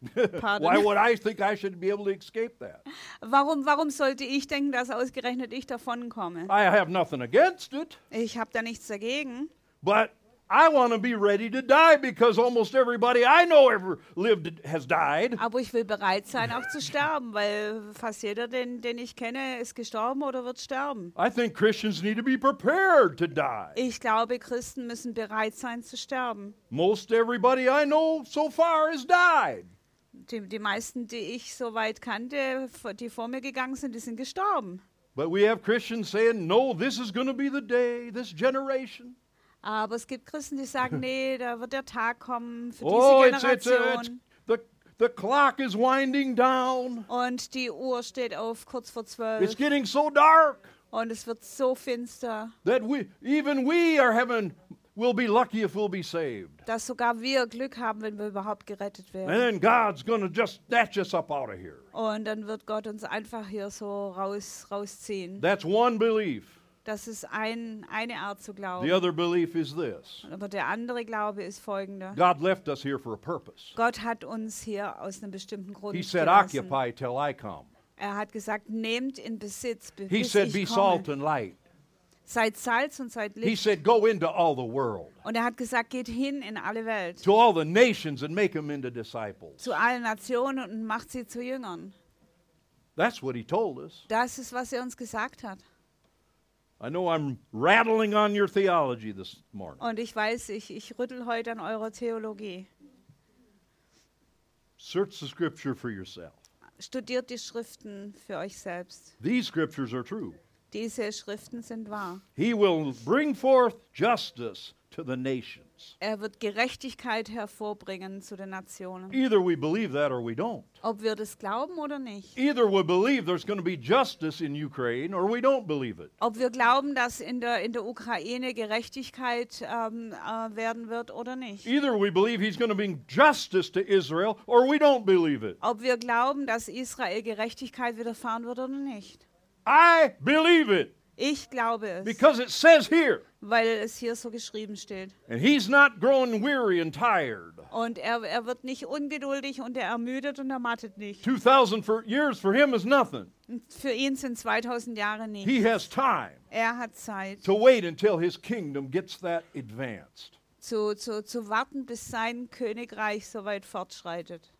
S1: Why
S2: Pardon.
S1: would I think I should be able to escape that?
S2: Warum, warum sollte ich denken, dass ausgerechnet ich davonkomme?
S1: I have nothing against it,
S2: Ich habe da nichts dagegen.
S1: but I want to be ready to die because almost everybody I know ever lived has died.
S2: Aber ich will bereit sein, auch zu sterben, weil fast jeder, den, den ich kenne, ist gestorben oder wird sterben.
S1: I think Christians need to be prepared to die.
S2: Ich glaube, Christen müssen bereit sein zu sterben.
S1: Most everybody I know so far has died.
S2: Die, die meisten, die ich so weit kannte, v- die vor mir gegangen sind, die sind gestorben.
S1: But we have Christians saying, no, this is going to be the day, this generation.
S2: Aber es gibt Christen, die sagen, nee, da wird der Tag kommen für
S1: oh,
S2: diese
S1: it's, it's, uh, it's
S2: Generation.
S1: the, the clock is winding down.
S2: Und die Uhr steht auf kurz vor
S1: It's
S2: zwölf
S1: getting so dark
S2: und es wird so finster,
S1: that we, even we are having, we'll be lucky if we'll be saved.
S2: dass sogar wir Glück haben, wenn wir überhaupt gerettet
S1: And then
S2: werden.
S1: God's going to just snatch us up out of here.
S2: Und dann wird Gott uns einfach hier so raus, rausziehen.
S1: That's one belief.
S2: Das ist ein, eine Art zu
S1: The
S2: glauben.
S1: other belief is this
S2: Aber der andere Glaube ist folgender.
S1: God left us here for a purpose.
S2: Gott hat uns hier aus einem bestimmten Grund
S1: He said,
S2: gelassen.
S1: Occupy till I come.
S2: Er hat gesagt, nehmt in Besitz, be-
S1: He
S2: bis
S1: said, Be
S2: ich
S1: salt
S2: komme.
S1: and light.
S2: Seid Salz und seid
S1: He
S2: Licht.
S1: said, Go into all the world,
S2: Und er hat gesagt, geht hin in alle Welt,
S1: to all the nations, and make them into disciples.
S2: zu allen Nationen und macht sie zu Jüngern.
S1: That's what he told us.
S2: Das ist, was er uns gesagt hat.
S1: I know I'm rattling on your theology this morning.
S2: Und ich weiß, ich, ich rüttel heute an eurer Theologie.
S1: Search the scripture for yourself.
S2: Studiert die Schriften für euch selbst.
S1: These scriptures are true.
S2: Diese Schriften sind wahr.
S1: He will bring forth justice to the nations.
S2: Er wird Gerechtigkeit hervorbringen zu den Nationen.
S1: Either we believe that or we don't.
S2: Ob wir das glauben oder nicht.
S1: Either we believe there's going to be justice in Ukraine or we don't believe it.
S2: Ob wir glauben, dass in der, in der Ukraine Gerechtigkeit ähm, äh, werden wird oder nicht.
S1: Either we believe he's going to bring justice to Israel or we don't believe it.
S2: Ob wir glauben, dass Israel Gerechtigkeit widerfahren wird oder nicht.
S1: I believe it
S2: Ich glaube es,
S1: because it says here,
S2: weil es hier so geschrieben steht.
S1: and he's not growing weary and tired.
S2: Und er, er wird nicht ungeduldig und er ermüdet und er mattet nicht.
S1: 2,000 for, years for him is nothing.
S2: Und Für ihn sind 2000 Jahre nicht.
S1: He has time
S2: Er hat Zeit
S1: to wait until his kingdom gets that advanced.
S2: zu, zu, zu warten, bis sein Königreich so weit fortschreitet.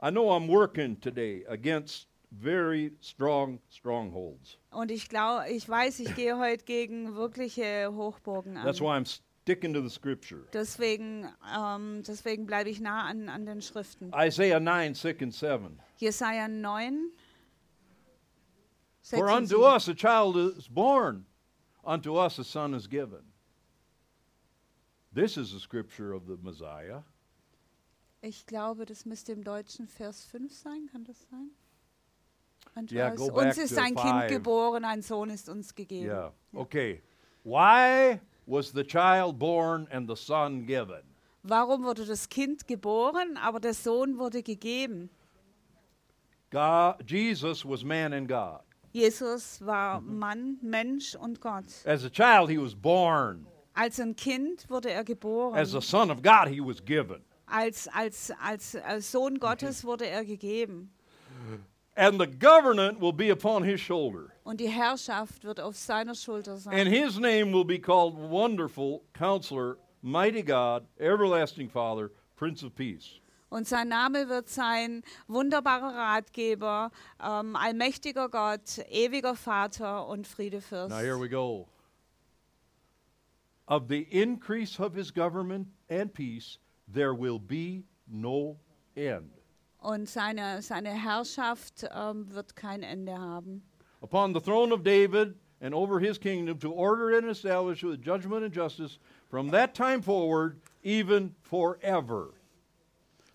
S1: I know I'm working today against very strong strongholds.
S2: Und ich glaube, ich weiß, ich gehe heute gegen wirkliche Hochburgen an.
S1: That's why I'm sticking to the scripture.
S2: Deswegen, ähm, deswegen bleibe ich nah an, an den Schriften.
S1: Isaiah 9, 6 and 7.
S2: Jesaja 9. sechs
S1: For
S2: und
S1: unto
S2: sieben.
S1: us a child is born, unto us a son is given. This is the scripture of the Messiah.
S2: Ich glaube, das müsste im Deutschen Vers 5 sein, kann das sein? Und
S1: Yeah,
S2: aus-
S1: go back
S2: uns ist
S1: to
S2: ein
S1: five.
S2: Kind geboren, ein Sohn ist uns gegeben.
S1: Yeah. Okay. Why was the child born and the son given?
S2: Warum wurde das Kind geboren, aber der Sohn wurde gegeben?
S1: God, Jesus was man and God.
S2: Jesus war
S1: Mhm.
S2: Mann, Mensch und Gott.
S1: As a child, he was born.
S2: Als ein Kind wurde er geboren,
S1: Also- As a son of God, he was given.
S2: Als, als, als, als Sohn Gottes wurde er gegeben.
S1: and the government will be upon his shoulder.
S2: Und die Herrschaft wird auf seiner Schulter sein.
S1: And his name will be called Wonderful Counselor, Mighty God, Everlasting Father, Prince of Peace.
S2: Und sein Name wird sein wunderbarer Ratgeber, ähm, allmächtiger Gott, ewiger Vater und Friedefürst.
S1: Now here we go. Of the increase of his government and peace, there will be no end.
S2: Und seine, seine Herrschaft ähm, wird kein Ende haben.
S1: Upon the throne of David and over his kingdom to order and establish with judgment and justice from that time forward, even forever.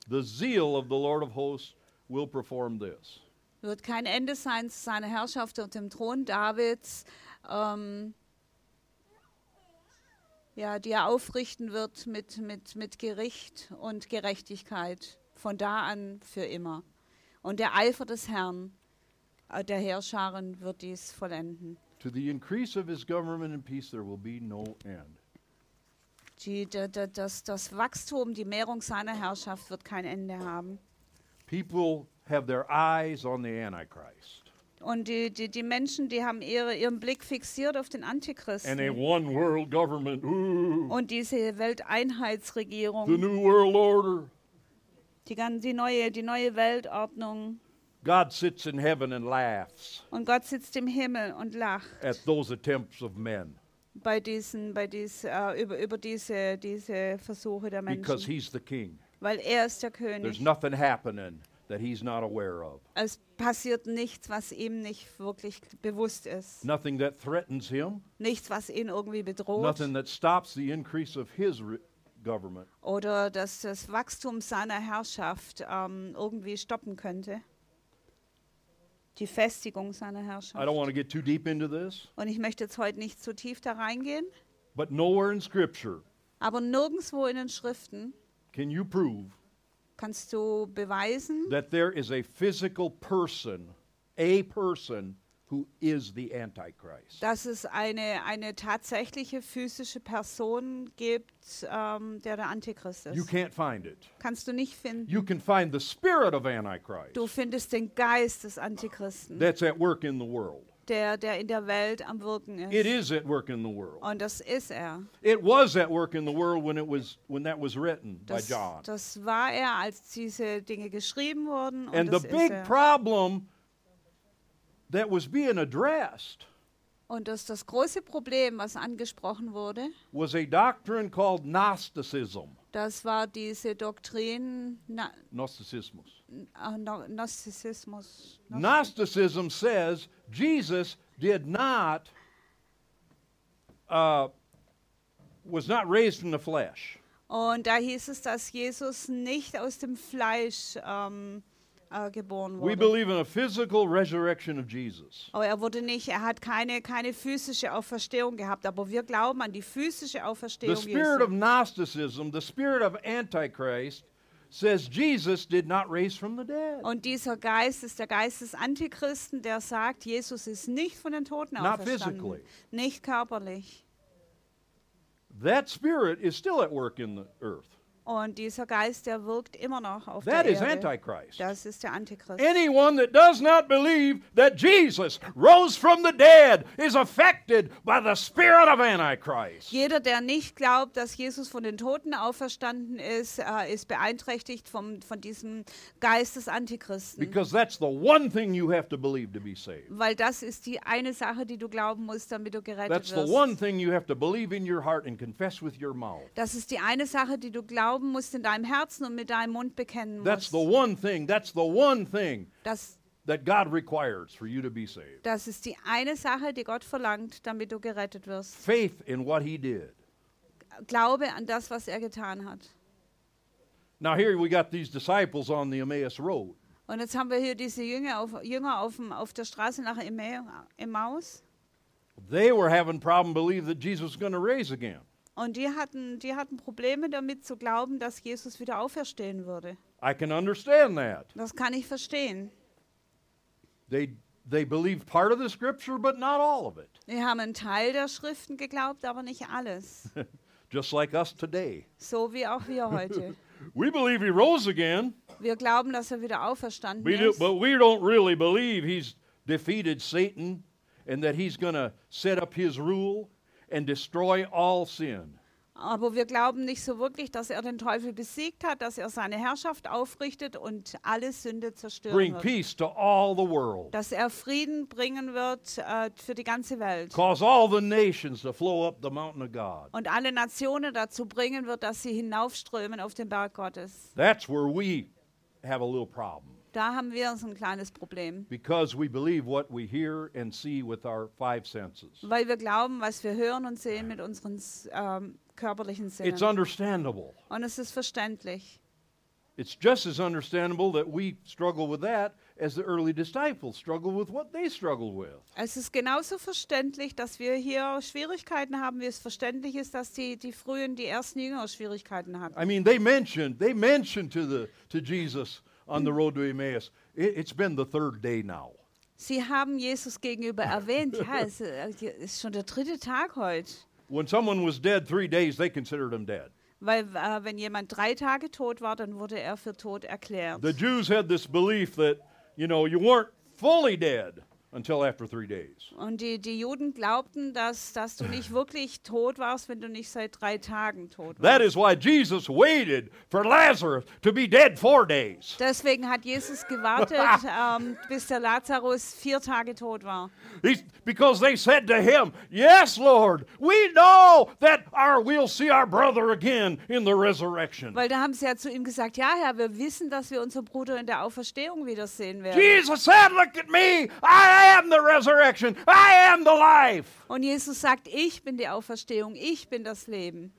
S1: The zeal of the Lord of hosts will perform this.
S2: Wird kein Ende sein zu seiner Herrschaft und dem Thron Davids, ähm, ja, die er aufrichten wird mit, mit, mit Gericht und Gerechtigkeit von da an für immer. Und der Eifer des Herrn, äh, der Herrscharen, wird dies vollenden.
S1: To the increase of his government and peace, there will be no end.
S2: Die, da- da- das, das Wachstum, die Mehrung seiner Herrschaft wird kein Ende haben.
S1: People have their eyes on the Antichrist,
S2: Und die, die, die Menschen, die haben ihre, ihren Blick fixiert auf den
S1: and a
S2: Antichristen
S1: one world government, ooh,
S2: und diese
S1: the
S2: Welteinheitsregierung,
S1: new world order.
S2: die, gan- die, neue, die neue Weltordnung.
S1: God sits in heaven and laughs
S2: Und Gott sitzt im Himmel und lacht
S1: at those attempts of men
S2: bei diesen, bei dies, äh, über, über diese, diese Versuche der
S1: because
S2: Menschen,
S1: he's the king.
S2: weil er ist der
S1: There's
S2: König.
S1: nothing happening that he's not aware of,
S2: Es passiert nichts, was ihm nicht wirklich bewusst ist.
S1: nothing that threatens him,
S2: Nichts, was ihn irgendwie bedroht.
S1: nothing that stops the increase of his re- government.
S2: oder dass das Wachstum seiner Herrschaft ähm, irgendwie stoppen könnte. Die Festigung seiner
S1: I don't
S2: Herrschaft.
S1: want to get too deep into this,
S2: Und ich möchte jetzt heute nicht zu tief da reingehen,
S1: but nowhere in Scripture
S2: aber nirgendwo in den Schriften
S1: can you prove
S2: kannst du beweisen,
S1: that there is a physical person, a person who is the Antichrist.
S2: dass es eine, eine tatsächliche physische Person gibt, ähm, der der Antichrist
S1: You
S2: ist.
S1: can't find it.
S2: Kannst du nicht finden.
S1: You can find the spirit of Antichrist
S2: Du findest den Geist des Antichristen,
S1: that's at work in the world.
S2: der, der in der Welt am Wirken
S1: It is
S2: ist.
S1: at work in the world.
S2: Und das ist er.
S1: It was at work in the world when it was when that was written by
S2: Das,
S1: John.
S2: das war er, als diese Dinge geschrieben wurden. Und
S1: And the
S2: das, ist
S1: big
S2: er.
S1: problem that was being addressed
S2: und das, das große Problem, was angesprochen wurde,
S1: was a doctrine called Gnosticism.
S2: das war diese Doktrin Na,
S1: Gnosticism.
S2: äh, No- ne? Gnostizismus.
S1: Gnosticism says Jesus did not, uh, was not raised from the flesh.
S2: Und da hieß es, dass Jesus nicht aus dem Fleisch ähm, äh, geboren
S1: We
S2: wurde.
S1: believe in a physical resurrection of Jesus.
S2: Aber er wurde nicht, er hat keine, keine physische Auferstehung gehabt. Aber wir glauben an die physische
S1: The
S2: Auferstehung
S1: spirit of
S2: Jesu.
S1: Gnosticism, the spirit of Antichrist, says Jesus did not raise from the dead.
S2: Und dieser Geist ist der Geist des Antichristen, der sagt, Jesus ist nicht von den Toten
S1: Not
S2: auferstanden.
S1: physically.
S2: Nicht körperlich.
S1: That spirit is still at work in the earth.
S2: Und dieser Geist, der wirkt immer noch auf
S1: That
S2: der
S1: is
S2: Erde.
S1: Antichrist.
S2: Das ist der Antichrist.
S1: Anyone that does not believe that Jesus rose from the dead is affected by the spirit of Antichrist.
S2: Jeder, der nicht glaubt, dass Jesus von den Toten auferstanden ist, äh, ist beeinträchtigt vom, von diesem Geist des Antichristen.
S1: Because that's the one thing you have to believe to be saved.
S2: Weil das ist die eine Sache, die du glauben musst, damit du gerettet
S1: That's the
S2: wirst.
S1: one thing you have to believe in your heart and confess with your mouth.
S2: Das ist die eine Sache, die du glauben musst in deinem Herzen und mit deinem Mund bekennen
S1: That's the
S2: musst.
S1: one thing, that's the one thing
S2: Das
S1: that God requires for you to be saved.
S2: Das ist die eine Sache, die Gott verlangt, damit du gerettet wirst.
S1: Faith in what he did.
S2: Glaube an das, was er getan hat.
S1: Now here we got these disciples on the Emmaus road.
S2: Und jetzt haben wir hier diese Jünger auf, Jünger auf, dem, auf der Straße nach Emma- Emmaus.
S1: They were having problem believe that Jesus was going to raise again.
S2: Und die hatten, die hatten Probleme damit zu glauben, dass Jesus wieder auferstehen würde.
S1: I can understand that.
S2: Das kann ich verstehen.
S1: They they believed part of the scripture but not all of it.
S2: Die haben einen Teil der Schriften geglaubt, aber nicht alles.
S1: Just like us today.
S2: So wie auch wir heute.
S1: We believe he rose again,
S2: Wir glauben, dass er wieder auferstanden
S1: we do,
S2: ist.
S1: but we don't really believe he's defeated Satan and that he's going to set up his rule and destroy all sin.
S2: Aber wir glauben nicht so wirklich, dass er den Teufel besiegt hat, dass er seine Herrschaft aufrichtet und alle Sünde zerstören
S1: bring
S2: wird.
S1: peace to all the world,
S2: Dass er Frieden bringen wird äh, für die ganze Welt.
S1: cause all the nations to flow up the mountain of God.
S2: Und alle Nationen dazu bringen wird, dass sie hinaufströmen auf den Berg Gottes.
S1: That's where we have a little problem
S2: Da haben wir so ein kleines Problem.
S1: because we believe what we hear and see with our five senses.
S2: Weil wir glauben, was wir hören und sehen mit unseren s- ähm, körperlichen
S1: It's
S2: Sinnen.
S1: understandable.
S2: Und es ist verständlich.
S1: It's just as understandable that we struggle with that as the early disciples struggled with what they struggled with.
S2: Es ist genauso verständlich, dass wir hier Schwierigkeiten haben, wie es verständlich ist, dass die, die frühen, die ersten Jünger Schwierigkeiten hatten.
S1: I mean, they mentioned they mentioned to the to Jesus on the road to Emmaus. It, it's been the third day now.
S2: Sie haben Jesus gegenüber erwähnt. Ja, es äh, ist schon der dritte Tag heute.
S1: When someone was dead three days, they considered him dead.
S2: Weil äh, wenn jemand drei Tage tot war, dann wurde er für tot erklärt.
S1: The Jews had this belief that, you know, you weren't fully dead until after three days.
S2: Und die, die Juden glaubten, dass, dass du nicht wirklich tot warst, wenn du nicht seit drei Tagen tot warst.
S1: That is why Jesus waited for Lazarus to be dead four days.
S2: Deswegen hat Jesus gewartet, ähm, bis der Lazarus vier Tage tot war.
S1: He's, because they said to him, Yes, Lord, we know that our, we'll see our brother again in the resurrection.
S2: Weil da haben sie ja zu ihm gesagt, ja Herr, wir wissen, dass wir unseren Bruder in der Auferstehung wiedersehen werden.
S1: Jesus said, Look at me. I am the resurrection. I am the life.
S2: Und Jesus sagt, ich bin die Auferstehung, ich bin das Leben.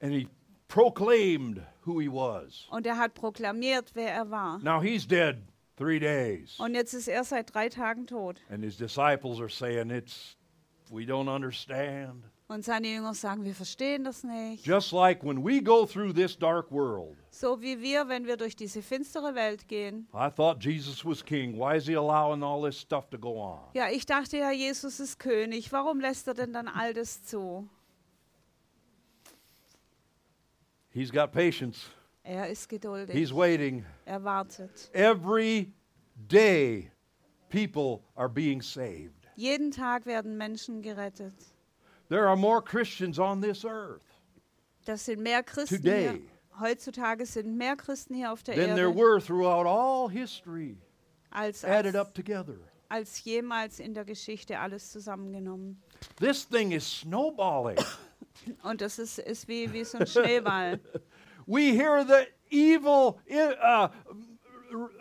S1: And he proclaimed who he was.
S2: Und er hat proklamiert, wer er war.
S1: Now he's dead three days.
S2: Und jetzt ist er seit drei Tagen tot.
S1: And his disciples are saying, It's, we don't understand.
S2: Und seine Jünger sagen, wir verstehen das nicht.
S1: Just like when we go through this dark world,
S2: So wie wir, wenn wir durch diese finstere Welt gehen.
S1: I thought Jesus was king. Why is he allowing all this stuff to go on?
S2: Ja, ich dachte ja, Jesus ist König. Warum lässt er denn dann all das zu?
S1: He's got patience,
S2: Er ist geduldig.
S1: he's waiting.
S2: Er wartet.
S1: Every day, people are being saved.
S2: Jeden Tag werden Menschen gerettet.
S1: There are more Christians on this earth
S2: Das sind mehr Christen
S1: Today.
S2: hier. Heutzutage sind mehr Christen hier auf der
S1: than there
S2: Erde
S1: were throughout all history,
S2: als,
S1: added
S2: als,
S1: up together.
S2: als jemals in der Geschichte alles zusammengenommen.
S1: This thing is snowballing.
S2: Und das ist, ist wie, wie so ein Schneeball.
S1: We hear the evil uh,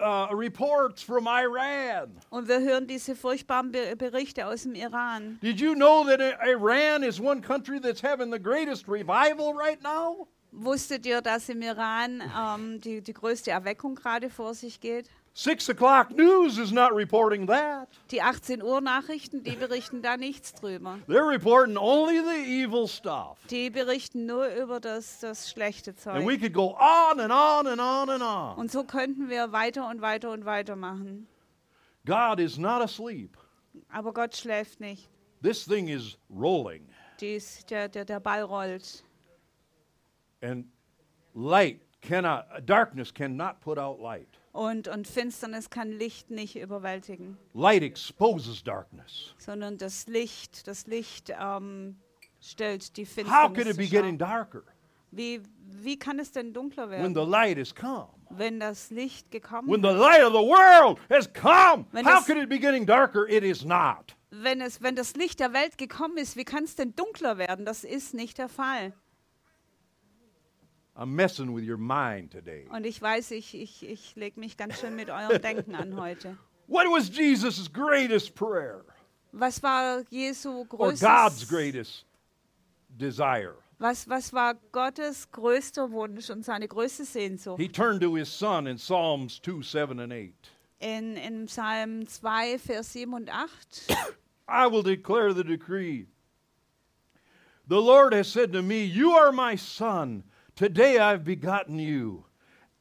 S1: uh, reports from Iran.
S2: Und wir hören diese furchtbaren Be Berichte aus dem Iran.
S1: Did you know that I- Iran is one country that's having the greatest revival right now?
S2: Wusstet ihr, dass im Iran ähm, die, die größte Erweckung gerade vor sich geht?
S1: Six o'clock news is not reporting that.
S2: Die 18 Uhr Nachrichten, die berichten da nichts drüber.
S1: They're reporting only the evil stuff.
S2: Die berichten nur über das, das schlechte
S1: And we
S2: Zeug.
S1: could go on and on and on and on.
S2: Und so könnten wir weiter und weiter und weiter machen.
S1: God is not asleep.
S2: Aber Gott schläft nicht.
S1: This thing is rolling,
S2: Dies, der, der, der Ball rollt.
S1: and light cannot, darkness cannot put out light.
S2: Und, und Finsternis kann Licht nicht überwältigen,
S1: Light exposes darkness.
S2: sondern das Licht, das Licht ähm, stellt die
S1: How could it
S2: Finsternis. zur
S1: be
S2: Schau.
S1: getting darker
S2: Wie, wie kann es denn dunkler
S1: when
S2: werden,
S1: the light has come?
S2: wenn das Licht gekommen
S1: When the light of the world has come,
S2: When
S1: how
S2: it's-
S1: could it be getting darker? It is not.
S2: wenn es wenn das Licht der Welt gekommen ist, wie kann es denn dunkler werden? Das ist nicht der Fall.
S1: I'm messing with your mind today.
S2: Und ich weiß, ich, ich, ich lege mich ganz schön mit eurem Denken an heute.
S1: What was Jesus' greatest prayer
S2: Was war Jesu
S1: or God's
S2: größtes,
S1: greatest desire?
S2: was, was war Gottes größter Wunsch und seine größte Sehnsucht?
S1: He turned to his son in Psalms 2 7 and 8.
S2: In, in Psalm 2, Vers 7 und 8.
S1: I will declare the decree. The Lord has said to me, You are my son. Today I've begotten you.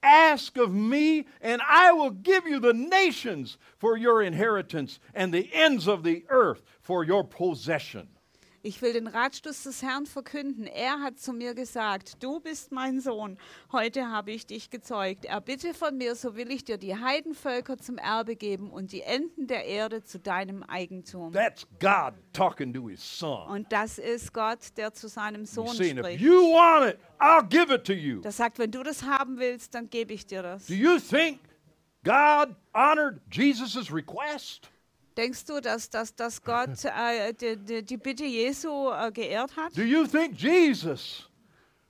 S1: Ask of me, and I will give you the nations for your inheritance and the ends of the earth for your possession.
S2: Ich will den Ratschluss des Herrn verkünden. Er hat zu mir gesagt, du bist mein Sohn, heute habe ich dich gezeugt. Erbitte von mir, so will ich dir die Heidenvölker zum Erbe geben und die Enden der Erde zu deinem Eigentum.
S1: That's God talking to his son.
S2: Und das ist Gott, der zu seinem Sohn
S1: He's saying, if
S2: spricht.
S1: you want it, I'll give it to you.
S2: Der sagt, wenn du das haben willst, dann gebe ich dir das.
S1: Do you think God honored Jesus' request?
S2: Denkst du, dass, dass, dass Gott äh, die, die, die Bitte Jesu äh, geehrt hat?
S1: Do you think Jesus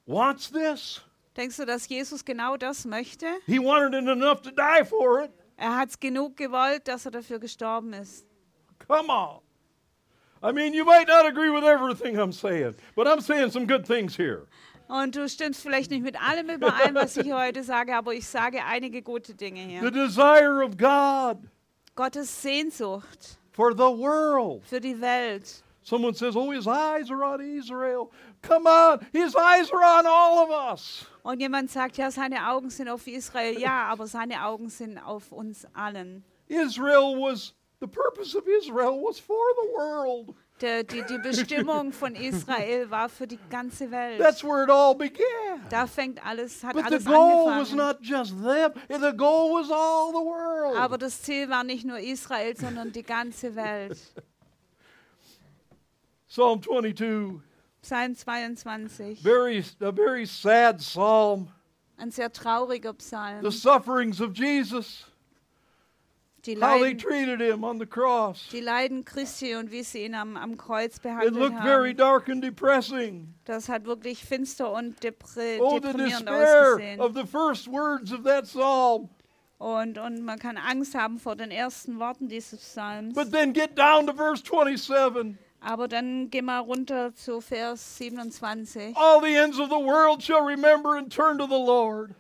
S1: wants this?
S2: Denkst du, dass Jesus genau das möchte?
S1: He wanted it enough to die for it.
S2: Er hat es genug gewollt, dass er dafür gestorben ist.
S1: Come on. I mean, you might not agree with everything I'm saying, but I'm saying some good things here.
S2: Und du stimmst vielleicht nicht mit allem überein, was ich heute sage, aber ich sage einige gute Dinge
S1: The
S2: hier.
S1: desire of God
S2: Gottes Sehnsucht
S1: for the world.
S2: für die Welt.
S1: Someone says, Oh, his eyes are on Israel. Come on, his eyes are on all of us.
S2: Und jemand sagt, ja, seine Augen sind auf Israel. Ja, aber seine Augen sind auf uns allen.
S1: Israel was, the purpose of Israel was for the world.
S2: Der, die, die Bestimmung von Israel war für die ganze Welt.
S1: That's where it all began.
S2: Da fängt alles, hat
S1: But the
S2: alles
S1: goal was
S2: angefangen.
S1: not just them, the goal was all the
S2: Aber
S1: world.
S2: das Ziel war nicht nur Israel, sondern die ganze Welt.
S1: Psalm 22,
S2: Psalm 22.
S1: very, a very sad psalm.
S2: Ein sehr trauriger
S1: The
S2: Psalm.
S1: sufferings of Jesus,
S2: Die
S1: how they
S2: Leiden,
S1: treated him on the cross.
S2: die Leiden Christi und wie sie ihn am, am Kreuz
S1: It
S2: behandelt
S1: looked very
S2: haben.
S1: dark and depressing.
S2: Das hat wirklich finster und depri
S1: Oh, the
S2: deprimierend
S1: despair
S2: ausgesehen.
S1: of the first words of that psalm.
S2: Und, und man kann Angst haben vor den ersten Worten dieses Psalms.
S1: But then get down to verse 27.
S2: Aber dann geh mal runter zu Vers 27.
S1: All the ends of the world shall remember and turn to the Lord.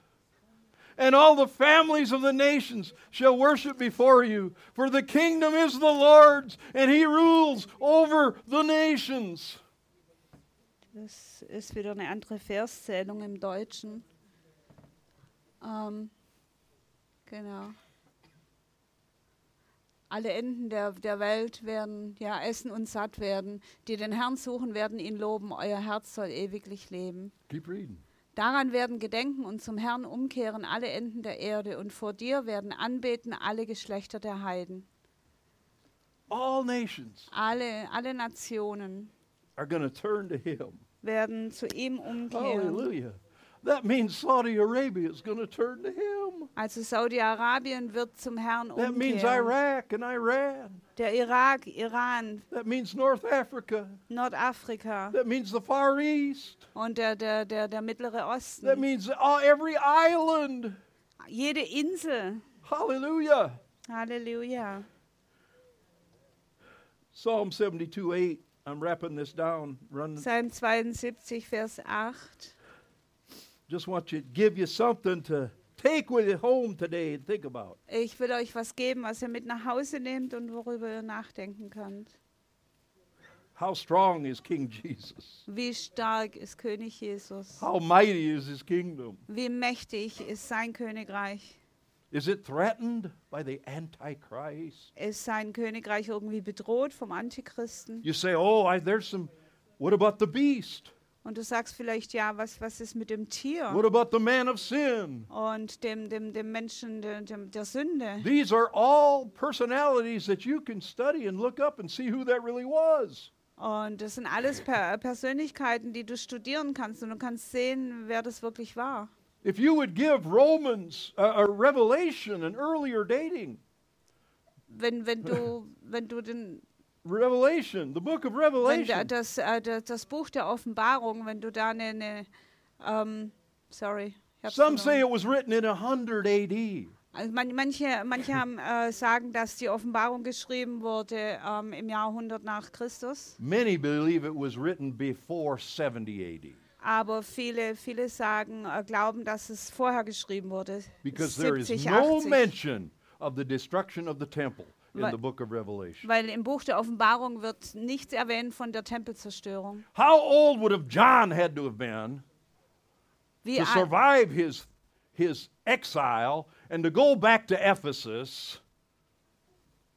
S1: And all the families of the nations shall worship before you. For the kingdom is the Lord's, and he rules over the nations.
S2: Das ist wieder eine andere Verszählung im Deutschen. Ähm, genau. Alle Enden der, der Welt werden ja essen und satt werden. Die den Herrn suchen, werden ihn loben. Euer Herz soll ewiglich leben.
S1: Keep reading.
S2: Daran werden gedenken und zum Herrn umkehren alle Enden der Erde. Und vor dir werden anbeten alle Geschlechter der Heiden.
S1: All nations
S2: Alle, alle Nationen
S1: are going to turn to him.
S2: werden zu ihm umkehren.
S1: Hallelujah. That means Saudi Arabia is going to turn to him.
S2: Also Saudi-Arabien wird zum Herrn
S1: That means
S2: umkehren.
S1: Iraq and Iran.
S2: Der Irak, Iran,
S1: That means North Africa.
S2: Nordafrika
S1: That means the Far East.
S2: und der, der, der, der Mittlere
S1: That
S2: Osten.
S1: means all- every island.
S2: Jede Insel.
S1: Hallelujah.
S2: Halleluja.
S1: Psalm 72 8. I'm wrapping this down. Run,
S2: Psalm 72, Vers 8.
S1: just want you to give you something to take with you home today and think about.
S2: Ich will euch was geben, was ihr mit nach Hause nehmt und worüber ihr nachdenken könnt.
S1: How strong is King Jesus?
S2: Wie stark ist König Jesus?
S1: How mighty is his kingdom?
S2: Wie mächtig ist sein Königreich?
S1: Is it threatened by the Antichrist?
S2: Ist sein Königreich irgendwie bedroht vom Antichristen?
S1: You say, oh, I, there's some. What about the beast?
S2: Und du sagst vielleicht, ja, was, was ist mit dem Tier?
S1: What about the man of sin?
S2: und dem, dem, dem Menschen der, dem, der Sünde.
S1: These are all personalities that you can study and look up and see who that really was.
S2: Und das sind alles per Persönlichkeiten, die du studieren kannst und du kannst sehen, wer das wirklich war.
S1: If you would give Romans uh, a revelation and earlier dating,
S2: Wenn, wenn du, wenn du den,
S1: Revelation, the book of
S2: wenn da,
S1: Revelation,
S2: das, äh, da- das Buch der Offenbarung, wenn du da eine, eine ähm, sorry, ich hab's
S1: some say
S2: verloren.
S1: it was written in 100 AD.
S2: also man, manche, manche haben, äh, sagen, dass die Offenbarung geschrieben wurde ähm, im Jahr 100 nach Christus,
S1: Many believe it was written before 70 AD
S2: aber viele, viele sagen, äh, glauben, dass es vorher geschrieben wurde.
S1: because there is
S2: 70,
S1: no
S2: 80.
S1: mention of the destruction of the temple in
S2: But-
S1: the book of Revelation.
S2: Weil im Buch der Offenbarung wird nichts erwähnt von der Tempelzerstörung.
S1: How old would have John had to have been
S2: Wie
S1: to
S2: alt,
S1: survive his, his exile and to go back to Ephesus,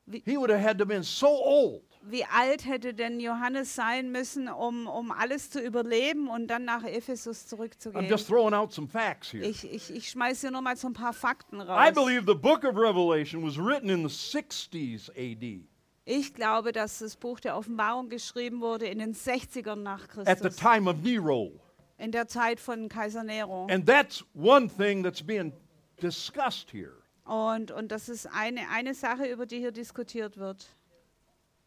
S2: The-
S1: he would have had to have been so old.
S2: wie alt hätte denn Johannes sein müssen, um, um alles zu überleben und dann nach Ephesus
S1: I'm
S2: zurückzugehen?
S1: just throwing out some facts here.
S2: Ich, ich, ich schmeiße hier nur mal so ein paar Fakten
S1: I
S2: raus.
S1: believe the book of Revelation was written in the 60s AD.
S2: Ich glaube, dass das Buch der Offenbarung geschrieben wurde in den 60ern nach
S1: at the
S2: Christus,
S1: time of Nero.
S2: in der Zeit von Kaiser Nero.
S1: And that's one thing that's being discussed here.
S2: Und, und das ist eine, eine Sache, über die hier diskutiert wird.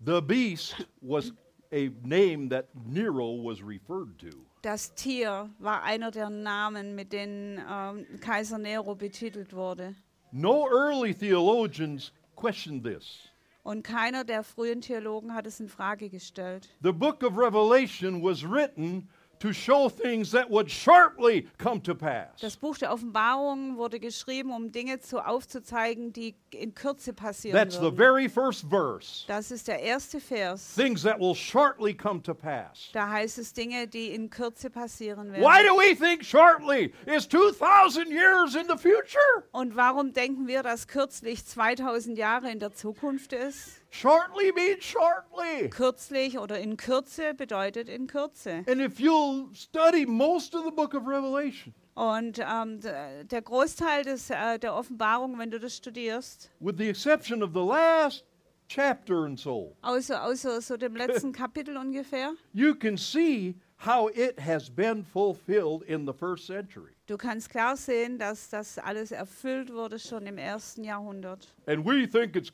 S1: The beast was a name that Nero was referred to.
S2: Das Tier war einer der Namen, mit denen ähm, Kaiser Nero betitelt wurde.
S1: No early theologians questioned this.
S2: Und keiner der frühen Theologen hat es in Frage gestellt.
S1: The book of Revelation was written to show things that would shortly come to
S2: Das
S1: pass.
S2: Buch der Offenbarung wurde geschrieben, um Dinge zu aufzuzeigen, die in Kürze passieren
S1: That's the
S2: würden.
S1: very first verse.
S2: das ist der erste Vers.
S1: Things that will shortly come to pass.
S2: Da heißt es Dinge, die in Kürze passieren werden.
S1: Why do we think shortly is 2,000 years in the future?
S2: Und warum denken wir, dass kürzlich 2000 Jahre in der Zukunft ist?
S1: Shortly means shortly.
S2: Kürzlich oder in Kürze bedeutet in Kürze.
S1: And if you'll study most of the book of Revelation,
S2: Und ähm, d- der Großteil des, äh, der Offenbarung, wenn du das studierst,
S1: with the exception of the last chapter and so,
S2: außer, außer so dem letzten Kapitel ungefähr,
S1: you can see how it has been fulfilled in the first century.
S2: du kannst klar sehen, dass das alles erfüllt wurde schon im ersten Jahrhundert.
S1: And we think it's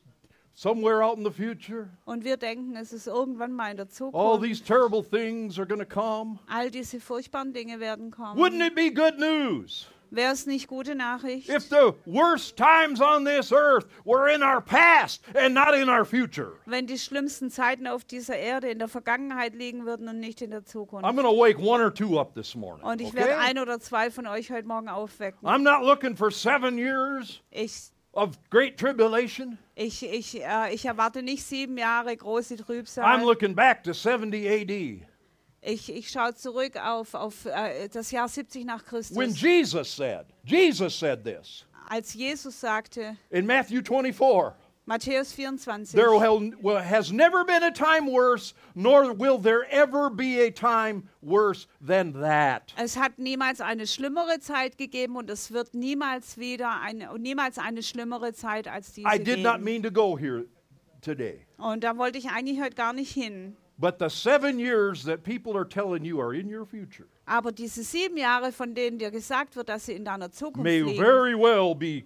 S1: somewhere out in the future.
S2: Und wir denken, es ist irgendwann mal in der
S1: All
S2: Zukunft.
S1: these terrible things are going to come.
S2: All diese furchtbaren Dinge werden kommen.
S1: Wouldn't it be good news
S2: Wäre es nicht gute Nachricht?
S1: if the worst times on this earth were in our past and not in our future?
S2: wenn die schlimmsten Zeiten auf dieser Erde in der Vergangenheit liegen würden und nicht in der Zukunft.
S1: I'm going to wake one or two up this morning.
S2: Und ich
S1: okay?
S2: werde ein oder zwei von euch heute Morgen aufwecken.
S1: I'm not looking for seven years
S2: Ich,
S1: of great tribulation.
S2: ich, ich, äh, ich erwarte nicht sieben Jahre große
S1: I'm
S2: Trübsal.
S1: looking back to 70 AD
S2: Ich, ich schaue zurück auf, auf äh, das Jahr 70
S1: when
S2: nach Christus,
S1: Jesus said, Jesus said this
S2: als Jesus sagte,
S1: in Matthew 24
S2: Matthäus 24,
S1: There will, will- has never been a time worse, nor will there ever be a time worse than that.
S2: es hat niemals eine schlimmere Zeit gegeben und es wird niemals wieder eine, niemals eine schlimmere Zeit als diese
S1: I did not
S2: geben.
S1: mean to go here today,
S2: Und da wollte ich eigentlich heute gar nicht hin.
S1: but the seven years that people are telling you are in your future
S2: Aber diese sieben Jahre, von denen dir gesagt wird, dass sie in deiner Zukunft
S1: may
S2: liegen,
S1: very well be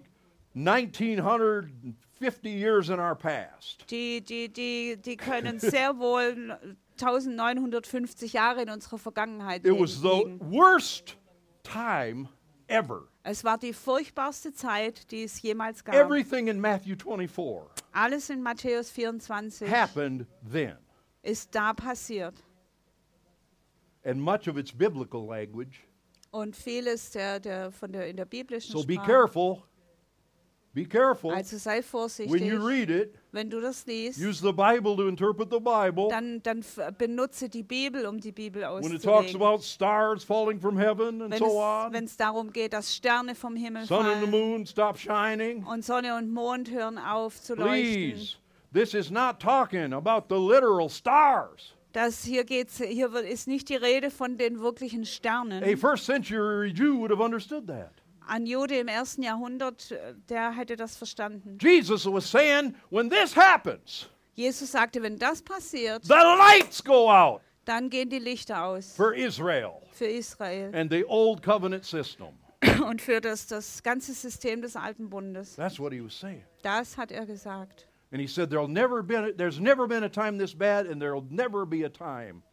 S1: 1950 years in our past.
S2: die, die, die, die können sehr wohl 1950 Jahre in unserer Vergangenheit
S1: It
S2: liegen.
S1: was the worst time ever.
S2: Es war die furchtbarste Zeit, die es jemals gab.
S1: Everything in Matthew 24
S2: Alles in Matthäus 24
S1: happened then,
S2: ist da passiert.
S1: and much of it's biblical language.
S2: Und vieles der, der, von der, in der biblischen
S1: So be
S2: Sprache.
S1: careful. Be careful
S2: Also sei
S1: when
S2: vorsichtig.
S1: you read it.
S2: Wenn du das liest,
S1: Use the Bible to interpret the Bible.
S2: dann, dann f- benutze die Bibel, um die Bibel
S1: When it talks
S2: auszulegen.
S1: about stars falling from heaven and
S2: wenn
S1: so
S2: es
S1: on,
S2: wenn's darum geht, dass Sterne vom Himmel
S1: sun and the
S2: fallen
S1: moon stop shining.
S2: und Sonne und Mond hören auf zu leuchten.
S1: Please, this is not talking about the literal stars.
S2: Das hier geht's, hier wird, ist nicht die Rede von den wirklichen
S1: A
S2: Sternen.
S1: first century Jew would have understood that.
S2: Ein Jude im ersten Jahrhundert, äh, der hätte das verstanden.
S1: Jesus was saying, when this happens,
S2: Jesus sagte, wenn das passiert,
S1: the lights go out
S2: dann gehen die Lichter aus
S1: for Israel
S2: für Israel
S1: and the old covenant system.
S2: und für das, das ganze System des Alten Bundes.
S1: That's what he was saying.
S2: Das hat er gesagt.
S1: And he said, There'll never been there's never been a time this bad, and there'll never be a time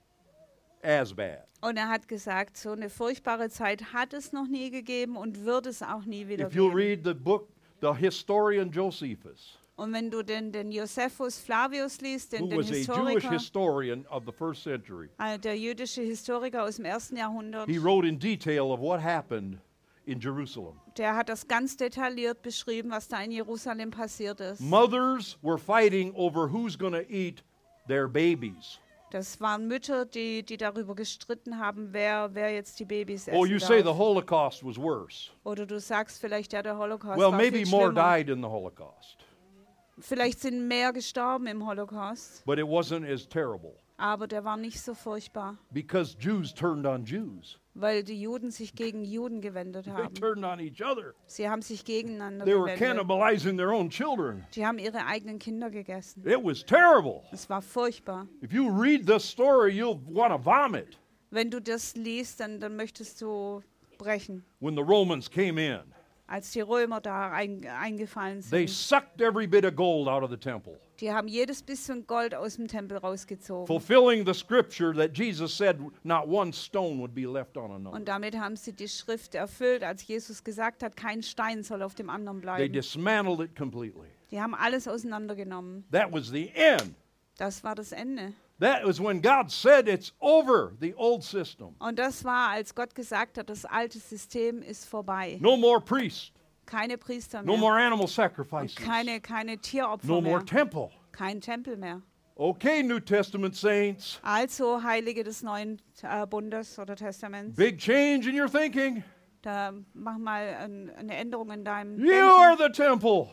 S1: as bad.
S2: Und er hat gesagt, so eine furchtbare Zeit hat es noch nie gegeben und wird es auch nie wieder
S1: If you'll
S2: geben.
S1: read the book, the historian Josephus,
S2: Und wenn du den, den Josephus Flavius liest,
S1: who
S2: den, den
S1: was a Jewish
S2: Historiker,
S1: historian of the first century,
S2: äh, der jüdische Historiker aus dem ersten Jahrhundert,
S1: he wrote in detail of what happened in Jerusalem.
S2: der hat das ganz detailliert beschrieben, was da in Jerusalem passiert ist.
S1: Mothers were fighting over who's going to eat their babies.
S2: Das waren Mütter, die, die darüber gestritten haben, wer, wer jetzt die Babys essen
S1: Or Oh, you say the
S2: darf.
S1: Holocaust was worse.
S2: Oder du sagst vielleicht, ja, der Holocaust
S1: Well,
S2: war
S1: maybe
S2: viel
S1: more
S2: schlimmer.
S1: died in the Holocaust.
S2: Vielleicht sind mehr gestorben im Holocaust,
S1: but it wasn't as terrible
S2: aber der war nicht so furchtbar,
S1: because Jews turned on Jews.
S2: weil die Juden sich gegen Juden gewendet
S1: They
S2: haben.
S1: turned on each other.
S2: Sie haben sich gegeneinander
S1: They were
S2: gewendet.
S1: cannibalizing their own children.
S2: Die haben ihre eigenen Kinder gegessen.
S1: It was terrible.
S2: Es war furchtbar.
S1: If you read this story, you'll want to vomit
S2: Wenn du das liest, dann, dann möchtest du brechen.
S1: when the Romans came in.
S2: Als die Römer da ein, eingefallen
S1: They
S2: sind,
S1: sucked every bit of gold out of the temple,
S2: die haben jedes bisschen Gold aus dem Tempel rausgezogen.
S1: fulfilling the scripture that Jesus said not one stone would be left on another.
S2: Und damit haben sie die Schrift erfüllt, als Jesus gesagt hat, kein Stein soll auf dem anderen
S1: They
S2: bleiben.
S1: dismantled it completely.
S2: Die haben alles auseinandergenommen.
S1: That was the end.
S2: Das war das Ende.
S1: That was when God said, It's over, the old system.
S2: Und das war, als Gott gesagt hat, das alte System ist vorbei.
S1: No more priests,
S2: Keine Priester
S1: no
S2: mehr.
S1: more animal sacrifices,
S2: Keine, keine Tieropfer
S1: no more
S2: mehr.
S1: temple.
S2: Kein Tempel mehr.
S1: Okay, New Testament saints,
S2: Also Heilige des neuen äh, Bundes oder Testaments.
S1: big change in your thinking.
S2: Da mach mal ein, eine Änderung in deinem
S1: You
S2: Denken.
S1: are the temple.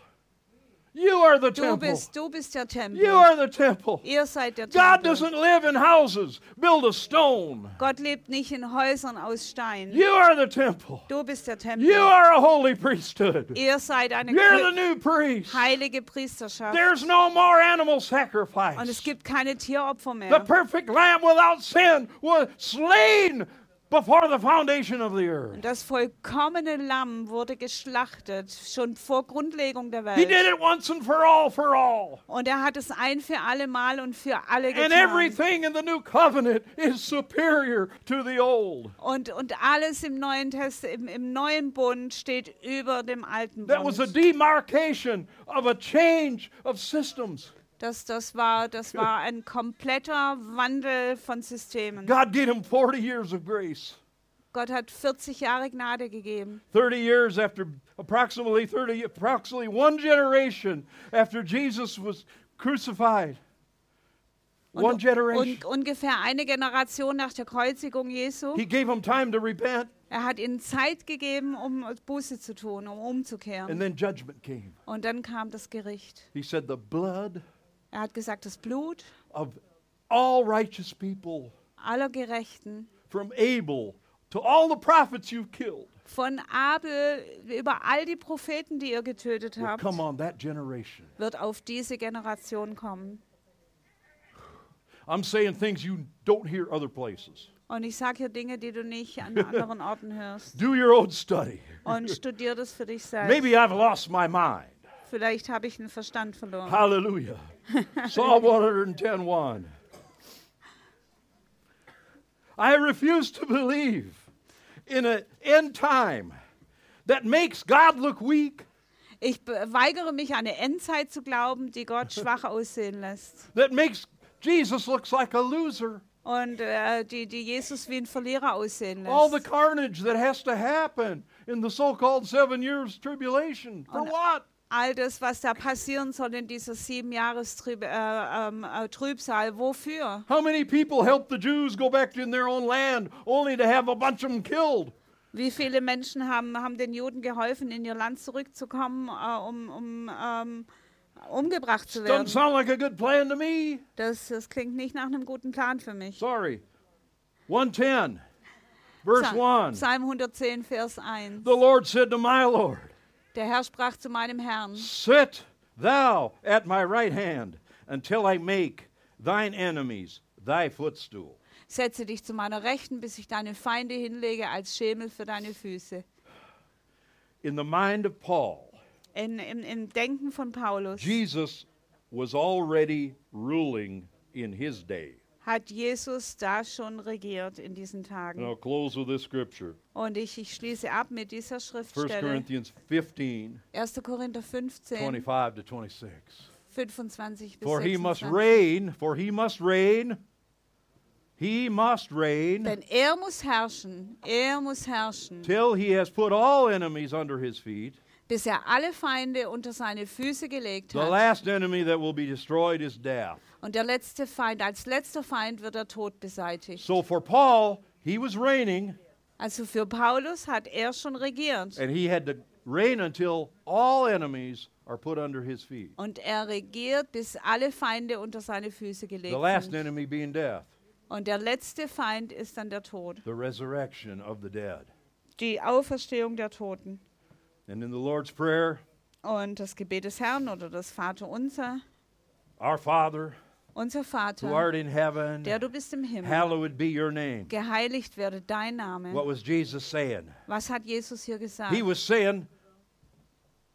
S1: You are the
S2: Du
S1: temple.
S2: bist, du bist der Tempel.
S1: You are the temple.
S2: Ihr seid der
S1: God
S2: Tempel.
S1: doesn't live in houses built of stone.
S2: Gott lebt nicht in Häusern aus Stein.
S1: You are the temple.
S2: Du bist der Tempel.
S1: You are a holy priesthood.
S2: Ihr seid eine
S1: You're the
S2: Pri-
S1: new priest.
S2: heilige Priesterschaft.
S1: There's no more animal
S2: Und es
S1: sacrifice.
S2: gibt keine Tieropfer
S1: The
S2: mehr.
S1: perfect lamb without sin was slain before the foundation of the earth.
S2: Das vollkommene Lamm wurde geschlachtet, schon vor Grundlegung der
S1: He did
S2: Welt.
S1: it once and for all, for all.
S2: Und er hat es ein für alle Mal und für alle
S1: And
S2: getan.
S1: everything in the new covenant is superior to the old.
S2: Und, und alles im neuen, Test, im, im neuen Bund steht über dem alten
S1: That was a
S2: Bund.
S1: demarcation of a change of systems.
S2: Das, das, war, das war ein kompletter Wandel von Systemen.
S1: God gave him 40 years of grace.
S2: Gott hat 40 Jahre Gnade gegeben.
S1: 30 years after approximately 30 approximately one generation after Jesus was crucified. One
S2: Und,
S1: generation.
S2: und ungefähr eine Generation nach der Kreuzigung Jesu.
S1: He gave him time to repent
S2: Er hat ihnen Zeit gegeben, um Buße zu tun, um
S1: and
S2: umzukehren.
S1: then judgment came.
S2: Und dann kam das Gericht.
S1: He said the blood
S2: Er hat gesagt, das Blut
S1: of all righteous people
S2: aller Gerechten,
S1: from Abel to all the prophets you've killed
S2: von Abel über all die Propheten, die ihr getötet
S1: will
S2: habt,
S1: come on that generation.
S2: wird auf diese Generation kommen.
S1: I'm saying things you don't hear other places.
S2: Und ich sage hier Dinge, die du nicht an anderen Orten hörst.
S1: Do your own study.
S2: Und studier das für dich selbst.
S1: Maybe I've lost my mind.
S2: Vielleicht habe ich den Verstand verloren.
S1: Hallelujah. Psalm 110 I refuse to believe in an end time that makes God look weak,
S2: Ich be- weigere mich, an eine Endzeit zu glauben, die Gott schwach aussehen lässt.
S1: that makes Jesus looks like a loser.
S2: Und äh, die, die Jesus wie ein Verlierer aussehen
S1: All the
S2: lässt.
S1: carnage that has to happen in the so called seven years tribulation. For
S2: Und-
S1: what?
S2: All das, was da passieren soll in dieser sieben Jahres Trüb, äh, ähm, äh, Trübsal, wofür?
S1: How many people helped the Jews go back in their own land only to have a bunch of them killed?
S2: Wie viele Menschen haben, haben den Juden geholfen, in ihr Land zurückzukommen, äh, um, um ähm, umgebracht zu
S1: Doesn't
S2: werden?
S1: sound like a good plan to me.
S2: Das, das klingt nicht nach einem guten Plan für mich.
S1: Sorry. 110, verse
S2: Psa-
S1: 1.
S2: Psalm 110, Vers 1.
S1: The Lord said to my Lord,
S2: Der Herr sprach zu meinem Herrn,
S1: Sit thou at my right hand until I make thine enemies thy footstool.
S2: setze dich zu meiner Rechten, bis ich deine Feinde hinlege als Schemel für deine Füße.
S1: In the mind of Paul,
S2: In, im, Im Denken von Paulus
S1: Jesus was already ruling in his day.
S2: hat Jesus da schon regiert in diesen Tagen.
S1: And I'll close with this scripture
S2: Und ich, ich schließe ab mit dieser
S1: 1
S2: Schriftstelle.
S1: Corinthians 15,
S2: 1. Korinther 15,
S1: 25 to 26.
S2: 25 bis
S1: For he must
S2: 26.
S1: reign, for he must reign, he must reign.
S2: Denn er muss herrschen, er muss herrschen,
S1: till he has put all enemies under his feet.
S2: bis er alle Feinde unter seine Füße gelegt
S1: The
S2: hat.
S1: last enemy that will be destroyed is death.
S2: Und der letzte Feind, als letzter Feind wird der Tod beseitigt.
S1: So for Paul, he was reigning,
S2: Also
S1: Äh.
S2: für Paulus hat er schon regiert.
S1: and he had to reign until all enemies are put under his feet.
S2: Und er regiert, bis alle Feinde unter seine Füße gelegt
S1: The last
S2: sind.
S1: enemy being death,
S2: Und der letzte Feind ist dann der Tod.
S1: the resurrection of the dead.
S2: Die Auferstehung der Toten.
S1: And in the Lord's Prayer,
S2: Und das Gebet des Herrn oder das Vaterunser,
S1: our Father,
S2: unser
S1: who
S2: Vater,
S1: art in heaven,
S2: der du bist im Himmel,
S1: hallowed be your name.
S2: geheiligt werde dein
S1: What
S2: Name.
S1: was Jesus saying?
S2: Was hat Jesus hier gesagt?
S1: He was saying,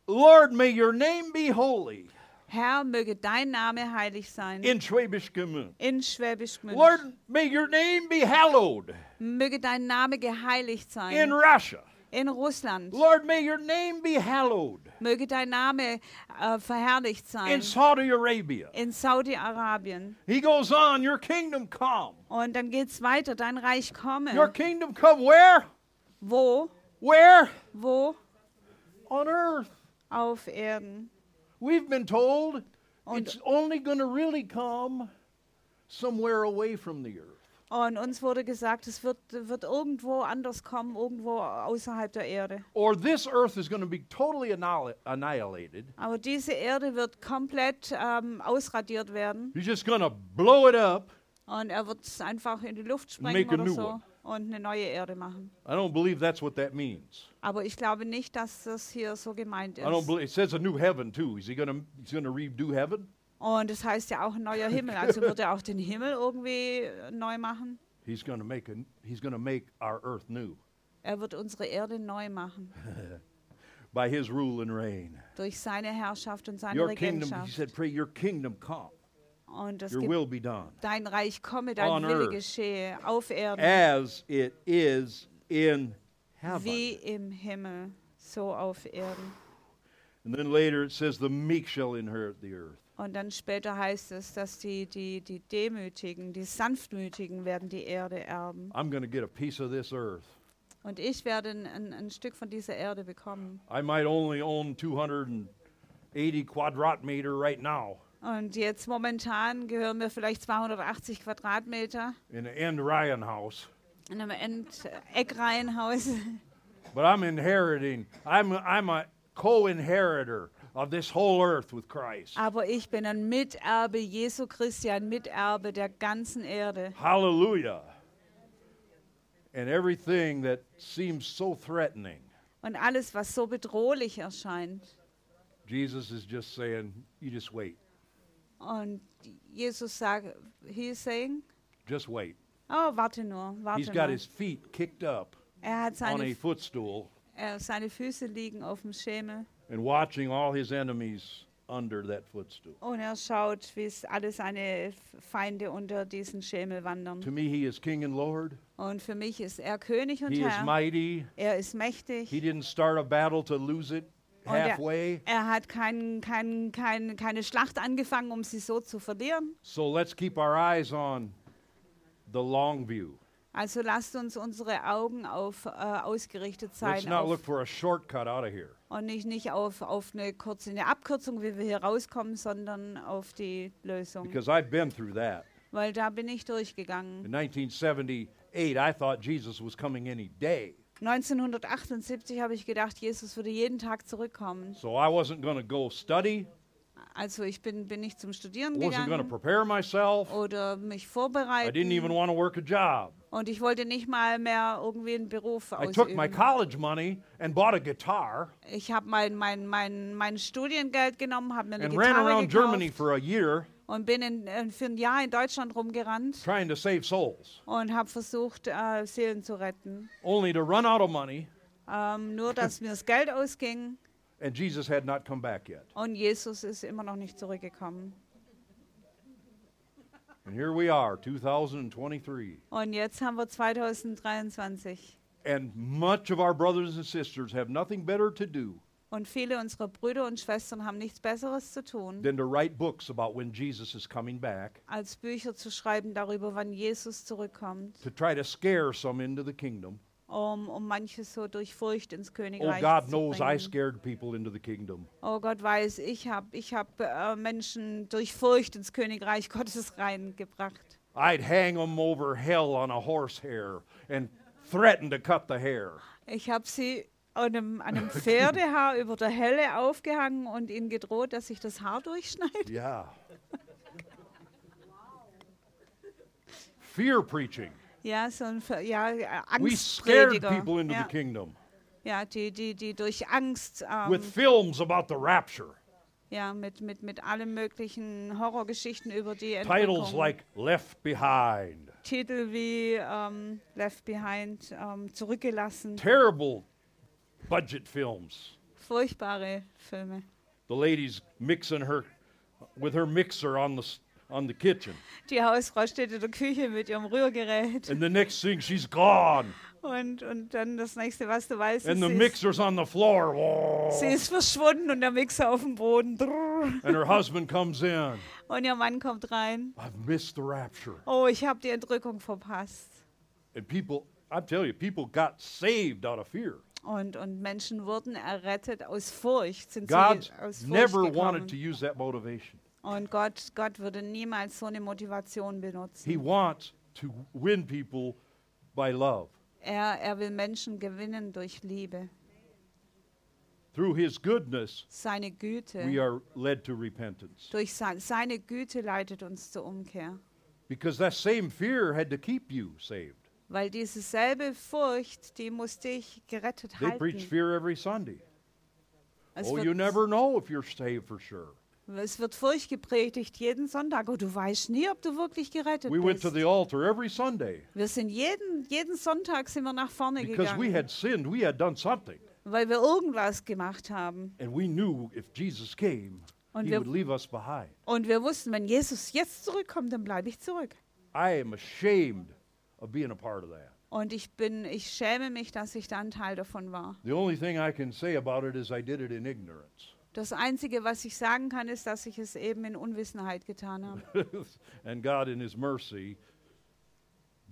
S1: Lord, may your name be holy
S2: Herr, möge dein Name heilig sein.
S1: in Schwäbisch Gmünd.
S2: in Schwäbisch Gmünd.
S1: Lord, may your name be hallowed
S2: Möge dein Name geheiligt
S1: in
S2: sein.
S1: Russia.
S2: In Russland.
S1: Lord, may your name be hallowed
S2: Möge dein Name äh, verherrlicht
S1: in
S2: sein.
S1: Saudi Arabia.
S2: In Saudi-Arabien.
S1: He goes on, your kingdom come.
S2: Und dann geht's weiter. Dein Reich
S1: Your
S2: komme.
S1: kingdom come where?
S2: Wo?
S1: Where?
S2: Wo?
S1: On earth.
S2: Auf Erden.
S1: We've been told
S2: Und-
S1: it's only going to really come somewhere away from the earth.
S2: Und uns wurde gesagt, es wird, wird irgendwo anders kommen, irgendwo außerhalb der Erde.
S1: Or this earth is going to be totally annihil- annihilated.
S2: Aber diese Erde wird komplett ähm, ausradiert werden.
S1: He's just going to blow it up.
S2: Und er wird es einfach in die Luft sprengen
S1: Make a
S2: oder
S1: new
S2: so
S1: one.
S2: und eine neue Erde machen.
S1: I don't believe that's what that means.
S2: Aber ich glaube nicht, dass das hier so gemeint
S1: I don't
S2: ist.
S1: believe it says a new heaven too. Is he going to he's going to redo heaven?
S2: Und es heißt ja auch ein neuer Himmel. Also wird er auch den Himmel irgendwie äh, neu machen.
S1: He's going to make a, he's going to make our earth new
S2: Er wird unsere Erde neu machen
S1: by his rule and reign.
S2: durch seine Herrschaft und seine
S1: Your kingdom, he
S2: Regentschaft.
S1: said, pray your kingdom come.
S2: Und das
S1: Your
S2: gibt
S1: will be done
S2: dein Reich komme,
S1: on
S2: dein Wille
S1: earth. Äh,
S2: geschehe auf Erden
S1: as it is in
S2: wie
S1: heaven.
S2: im Himmel, so auf Erden.
S1: And then later it says the meek shall inherit the earth.
S2: Und dann später heißt es, dass die, die, die Demütigen, die Sanftmütigen werden die Erde erben.
S1: I'm going to get a piece of this earth.
S2: Und ich werde ein, ein, ein Stück von dieser Erde bekommen.
S1: I might only own 280 quadrat meter right now.
S2: Und jetzt momentan gehören mir vielleicht 280 Quadratmeter
S1: in the end Ryan house,
S2: in einem End Eckreihenhaus.
S1: but I'm inheriting. I'm I'm a co-inheritor of this whole earth with Christ.
S2: Aber ich bin ein Miterbe Jesu Christi, ein Miterbe der ganzen Erde.
S1: Hallelujah. And everything that seems so threatening,
S2: Und alles, was so bedrohlich erscheint.
S1: Jesus is just saying, you just wait.
S2: Und Jesus sagt, he is saying,
S1: Just wait.
S2: oh, warte nur,
S1: He's
S2: warte
S1: got
S2: mal.
S1: his feet kicked up
S2: Er hat
S1: on
S2: seine,
S1: a footstool
S2: äh, seine Füße liegen auf dem Schemel
S1: and watching all his enemies under that footstool.
S2: und er schaut, wie es alle seine Feinde unter diesen Schemel wandern.
S1: To me, he is king and Lord.
S2: Und für mich ist er König und
S1: He is
S2: Herr.
S1: mighty.
S2: Er ist
S1: He
S2: mächtig.
S1: didn't start a battle to lose it
S2: Und er-
S1: halfway.
S2: Er hat kein, kein, kein, keine Schlacht angefangen, um sie so zu verlieren.
S1: So let's keep our eyes on the long view.
S2: Also lasst uns unsere Augen auf äh, ausgerichtet
S1: Let's
S2: sein
S1: not
S2: auf,
S1: look for a shortcut out of here.
S2: und nicht, nicht auf, auf eine kurze eine Abkürzung, wie wir hier rauskommen, sondern auf die Lösung.
S1: Because I've been through that.
S2: Weil da bin ich durchgegangen.
S1: In 1978, I thought Jesus was coming any day.
S2: 1978 habe ich gedacht, Jesus würde jeden Tag zurückkommen.
S1: So I wasn't going to go study,
S2: Also ich bin, bin nicht zum Studieren
S1: wasn't going to
S2: gegangen
S1: prepare myself.
S2: oder mich
S1: Oh, I didn't even
S2: vorbereiten.
S1: want to work a job.
S2: Und ich wollte nicht mal mehr irgendwie einen Beruf
S1: I took my
S2: ausüben.
S1: college money and bought a guitar
S2: Ich habe mein, mein, mein, mein Studiengeld genommen, habe mir eine
S1: and ran
S2: Gitarre
S1: around Germany
S2: gekauft
S1: for a year
S2: und bin in, in, für ein Jahr in Deutschland rumgerannt
S1: trying to save souls,
S2: und habe versucht, äh, Seelen zu retten.
S1: only to run out of money,
S2: Ähm, nur, dass mir das Geld ausging
S1: and Jesus had not come back yet.
S2: und Jesus ist immer noch nicht zurückgekommen.
S1: And here we are, 2023.
S2: Und jetzt haben wir 2023
S1: And much of our brothers and sisters have nothing better to do
S2: und viele unserer Brüder und Schwestern haben nichts Besseres zu tun,
S1: than to write books about when Jesus is coming back
S2: als Bücher zu schreiben darüber, wann Jesus zurückkommt,
S1: to try to scare some into the kingdom.
S2: um, um manche so durch Furcht ins
S1: Oh,
S2: Königreich
S1: God
S2: zu
S1: knows I
S2: bringen.
S1: scared people into the kingdom.
S2: Oh Gott weiß, ich habe ich hab, äh, Menschen durch Furcht ins Königreich Gottes reingebracht.
S1: I'd hang them over hell on a horsehair and threaten to cut the hair.
S2: Ich habe sie an einem, an einem Pferdehaar über der Helle aufgehangen und ihn gedroht, dass sich das Haar durchschneidet.
S3: Yeah.
S1: Fear preaching.
S2: Ja, so ein Ver ja, äh,
S1: We scared
S2: Angstprediger.
S1: people into
S2: Ja,
S1: the kingdom
S2: ja die, die, die durch Angst, ähm,
S1: with films about the rapture.
S2: ja, mit, mit, mit allen möglichen Horrorgeschichten über die
S1: Titles
S2: Entrückung.
S1: like Left Behind.
S2: Titel wie ähm, Left Behind, ähm, Zurückgelassen,
S1: Terrible budget films.
S2: furchtbare Filme.
S1: The lady's mixing her with her mixer on the s- on the kitchen.
S2: Die Hausfrau steht in der Küche mit ihrem Rührgerät
S1: And the next thing she's gone.
S2: und, und dann das nächste, was du weißt, ist,
S1: And the
S2: sie, ist,
S1: mixer's on the floor.
S2: sie ist verschwunden und der Mixer auf dem Boden. Drrr.
S1: And her husband comes in.
S2: Und ihr Mann kommt rein.
S1: I've missed the rapture.
S2: Oh, ich habe die Entrückung verpasst.
S1: And people, I tell you, people got saved out of fear.
S2: Und, und Menschen wurden errettet aus Furcht, sind
S1: God
S2: sie aus Furcht
S1: never wanted to
S2: gekommen.
S1: use that motivation.
S2: Und Gott, Gott würde niemals so eine Motivation benutzen.
S1: He wants to win people by love
S2: Er, er will Menschen gewinnen durch Liebe.
S1: through His goodness. We
S2: Seine Güte.
S1: are led to repentance
S2: Durch sein, seine Güte leitet uns zur Umkehr.
S1: because that same fear had to keep you saved.
S2: Weil diese selbe Furcht, die muss dich gerettet
S1: They preach
S2: halten.
S1: fear every Sunday.
S2: Es
S1: oh,
S2: wird,
S1: you never know if you're saved for sure.
S2: es wird Furcht gepredigt jeden Sonntag. Oh, du weißt nie, ob du wirklich gerettet
S1: We went
S2: bist.
S1: to the altar every Sunday
S2: Wir sind jeden, jeden Sonntag sind wir nach vorne
S1: because we
S2: gegangen,
S1: had sinned, we had done something,
S2: weil wir irgendwas gemacht haben.
S1: and we knew if Jesus came,
S2: Und
S1: He
S2: wir-
S1: would leave us behind.
S2: Und wir wussten, wenn Jesus jetzt zurückkommt, dann bleibe ich zurück.
S1: I am ashamed of being a part of that.
S2: Und ich bin, ich schäme mich, dass ich da ein Teil davon war.
S1: The only thing I can say about it is I did it in ignorance.
S2: Das Einzige, was ich sagen kann, ist, dass ich es eben in Unwissenheit getan habe.
S1: and God, in His mercy,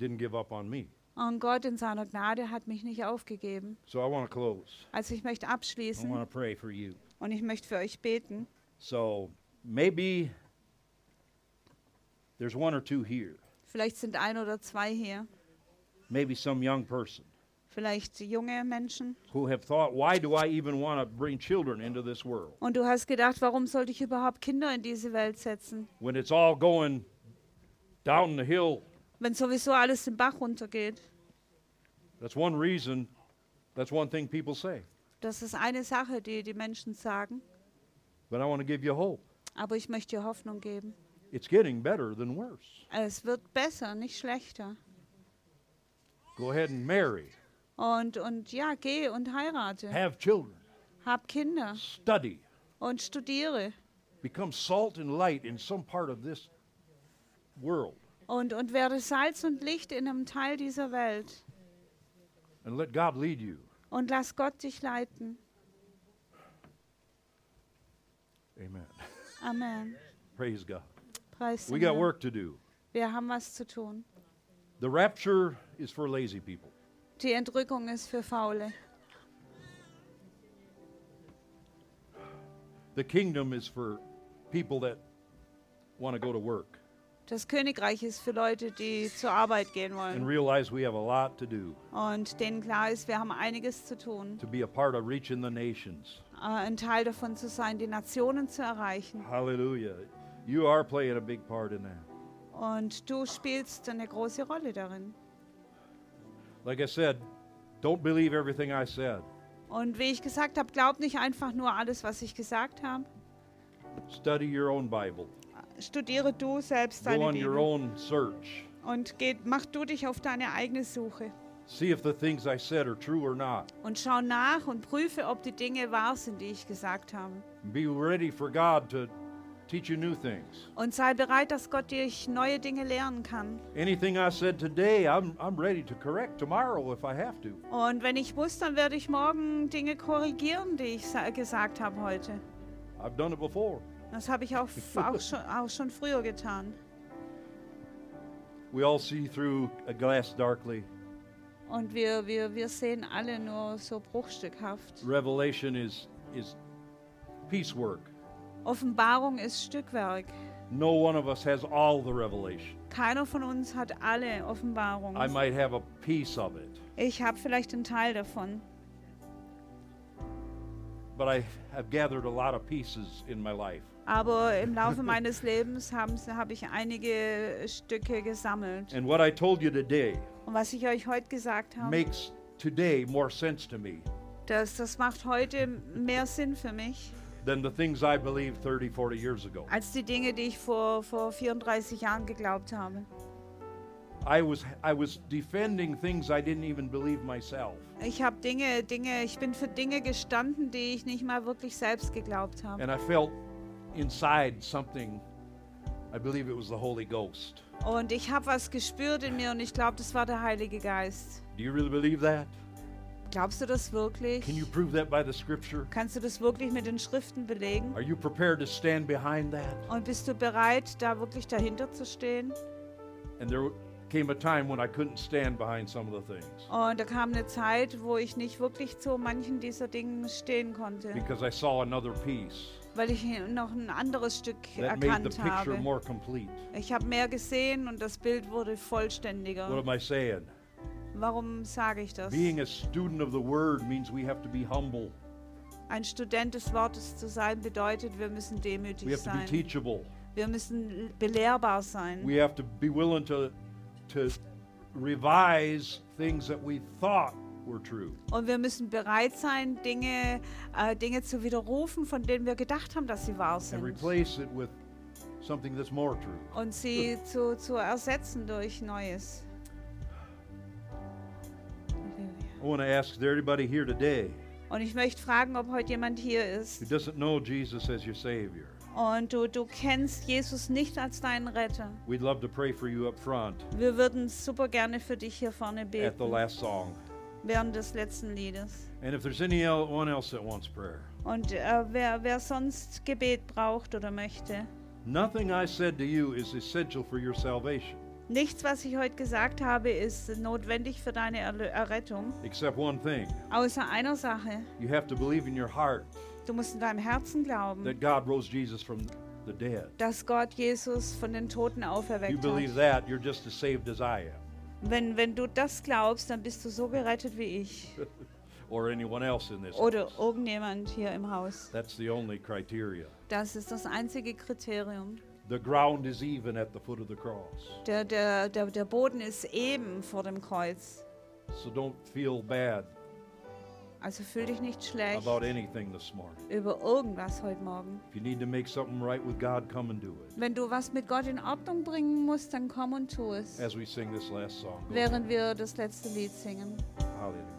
S1: didn't give up on me.
S2: Und Gott in seiner Gnade hat mich nicht aufgegeben.
S1: So I want to close.
S2: Also ich möchte
S1: I
S2: abschließen
S1: want to pray for you.
S2: und ich möchte für euch beten.
S1: So maybe there's one or two here,
S2: Vielleicht sind ein oder zwei hier,
S1: maybe some young person
S2: vielleicht junge Menschen.
S1: who have thought, why do I even want to bring children into this world
S2: Und du hast gedacht, warum sollte ich überhaupt Kinder in diese Welt setzen,
S1: when it's all going down the hill?
S2: wenn sowieso alles den Bach runtergeht?
S1: That's one reason, that's one thing people say.
S2: Das ist eine Sache, die die Menschen sagen.
S1: But I want to give you hope.
S2: Aber ich möchte dir Hoffnung geben.
S1: It's getting better than worse.
S2: Es wird besser, nicht schlechter.
S1: Go ahead and marry,
S2: Und, und ja, geh und heirate.
S1: have children,
S2: Hab Kinder
S1: study,
S2: und studiere.
S1: become salt and light in some part of this world,
S2: Und, und werde Salz und Licht in einem Teil dieser Welt.
S1: and let God lead you.
S2: Und lass Gott dich leiten.
S1: Amen.
S2: Amen.
S1: Praise God.
S2: Preis
S1: We
S2: dem
S1: got
S2: Herrn.
S1: work to do.
S2: Wir haben was zu tun.
S1: The rapture is for lazy people.
S2: Die Entrückung ist für Faule.
S1: The kingdom is for people that want to go to work
S2: Das Königreich ist für Leute, die zur Arbeit gehen
S1: and
S2: wollen.
S1: realize we have a lot to do
S2: Und denen klar ist, wir haben einiges zu tun.
S1: to be a part of reaching the nations.
S2: Äh, ein Teil davon zu sein, die Nationen zu erreichen.
S1: Hallelujah. You are playing a big part in that.
S2: Und du spielst eine große Rolle darin.
S1: Like I said, don't believe everything I said.
S2: Und wie ich gesagt habe, glaub nicht einfach nur alles, was ich gesagt habe.
S1: Study your own Bible.
S2: Studiere du selbst
S1: Go
S2: deine
S1: on your
S2: Bibel
S1: own search.
S2: und geh, mach du dich auf deine eigene Suche
S1: See if the things I said are true or not.
S2: und schau nach und prüfe, ob die Dinge wahr sind, die ich gesagt habe.
S1: Be ready for God to teach you new things.
S2: Und sei bereit, dass Gott dich neue Dinge lehren kann.
S1: Anything I said today, I'm, I'm ready to correct tomorrow if I have to.
S2: Und wenn ich muss, dann werde ich morgen Dinge korrigieren, die ich sa- gesagt habe heute.
S1: I've done it before.
S2: Das habe ich auch, auch, schon, auch schon früher getan.
S1: We all see through a glass darkly.
S2: Und wir, wir, wir sehen alle nur so bruchstückhaft.
S1: Revelation is is piecework.
S2: Offenbarung ist Stückwerk.
S1: No one of us has all the revelation.
S2: Keiner von uns hat alle
S1: I
S2: Offenbarungen.
S1: might have a piece of it.
S2: Ich habe vielleicht einen Teil davon.
S1: but I have gathered a lot of pieces in my life.
S2: Aber im Laufe meines Lebens habe hab ich einige Stücke gesammelt.
S1: And what I told you today
S2: Und was ich euch heute gesagt habe,
S1: makes today more sense to me
S2: das, das macht heute mehr Sinn für mich
S1: than the things I believed 30, 40 years ago.
S2: als die Dinge, die ich vor, vor 34 Jahren geglaubt habe.
S1: I was I was defending things I didn't even believe myself.
S2: Ich habe Dinge, Dinge, ich bin für Dinge gestanden, die ich nicht mal wirklich selbst geglaubt habe.
S1: And I felt inside something I believe it was the Holy Ghost.
S2: Und ich habe was gespürt in mir und ich glaube, das war der Heilige Geist.
S1: Do you really believe that?
S2: Glaubst du das wirklich?
S1: Can you prove that by the scripture?
S2: Kannst du das wirklich mit den Schriften belegen?
S1: Are you prepared to stand behind that?
S2: Und bist du bereit, da wirklich dahinter zu stehen?
S1: And there came a time when I couldn't stand behind some of the things
S2: Und da kam eine Zeit, wo ich nicht wirklich zu manchen dieser Dingen stehen konnte,
S1: because I saw another piece
S2: weil ich noch ein anderes Stück
S1: that made the
S2: erkannt
S1: picture
S2: habe.
S1: more complete.
S2: Ich habe mehr gesehen und das Bild wurde
S1: What
S2: vollständiger.
S1: am I saying?
S2: Warum sage ich das?
S1: Being a student of the word means we have to be humble.
S2: Ein Student des Wortes zu sein bedeutet, wir müssen
S1: We
S2: demütig
S1: have to be
S2: sein.
S1: teachable.
S2: Wir müssen belehrbar sein.
S1: We have to be willing to to revise things that we thought were true.
S2: Und wir müssen bereit sein, Dinge, äh, Dinge zu widerrufen, von denen wir gedacht haben, dass sie wahr
S1: and
S2: sind.
S1: replace it with something that's more true.
S2: Und sie zu, zu ersetzen durch Neues.
S1: I want to ask is there anybody here today
S2: Und ich möchte fragen, ob heute jemand hier
S1: who
S2: ist
S1: doesn't know Jesus as your Savior?
S2: und du, du kennst Jesus nicht als deinen Retter.
S1: We'd love to pray for you up front
S2: Wir würden super gerne für dich hier vorne
S1: at the
S2: beten,
S1: last song.
S2: während des letzten Liedes.
S1: And if there's anyone else that wants prayer,
S2: Und äh, wer, wer sonst Gebet braucht oder möchte.
S1: nothing I said to you is essential for your salvation
S2: Nichts, was ich heute gesagt habe, ist notwendig für deine Erlö Errettung,
S1: except one thing.
S2: außer einer Sache.
S1: You have to believe in your heart
S2: Du musst in deinem Herzen glauben,
S1: that God rose Jesus from the dead.
S2: dass Gott Jesus von den Toten
S1: If you
S2: auferweckt
S1: believe
S2: hat.
S1: that, you're just as saved as I am
S2: Wenn, wenn du das glaubst, dann bist du so gerettet wie ich
S1: or anyone else in this.
S2: oder
S1: house.
S2: irgendjemand hier im Haus.
S1: That's the only criteria.
S2: Das ist das einzige Kriterium.
S1: The ground is even at the foot of the cross.
S2: Der, der, der, der Boden ist eben vor dem Kreuz.
S1: So don't feel bad
S2: Also fühl dich nicht schlecht
S1: about anything this morning.
S2: über irgendwas heute Morgen.
S1: If you need to make something right with God, come and do it.
S2: Wenn du was mit Gott in Ordnung bringen musst, dann komm und tu es.
S1: As we sing this last song. Go
S2: während wir das letzte Lied singen.
S1: Hallelujah.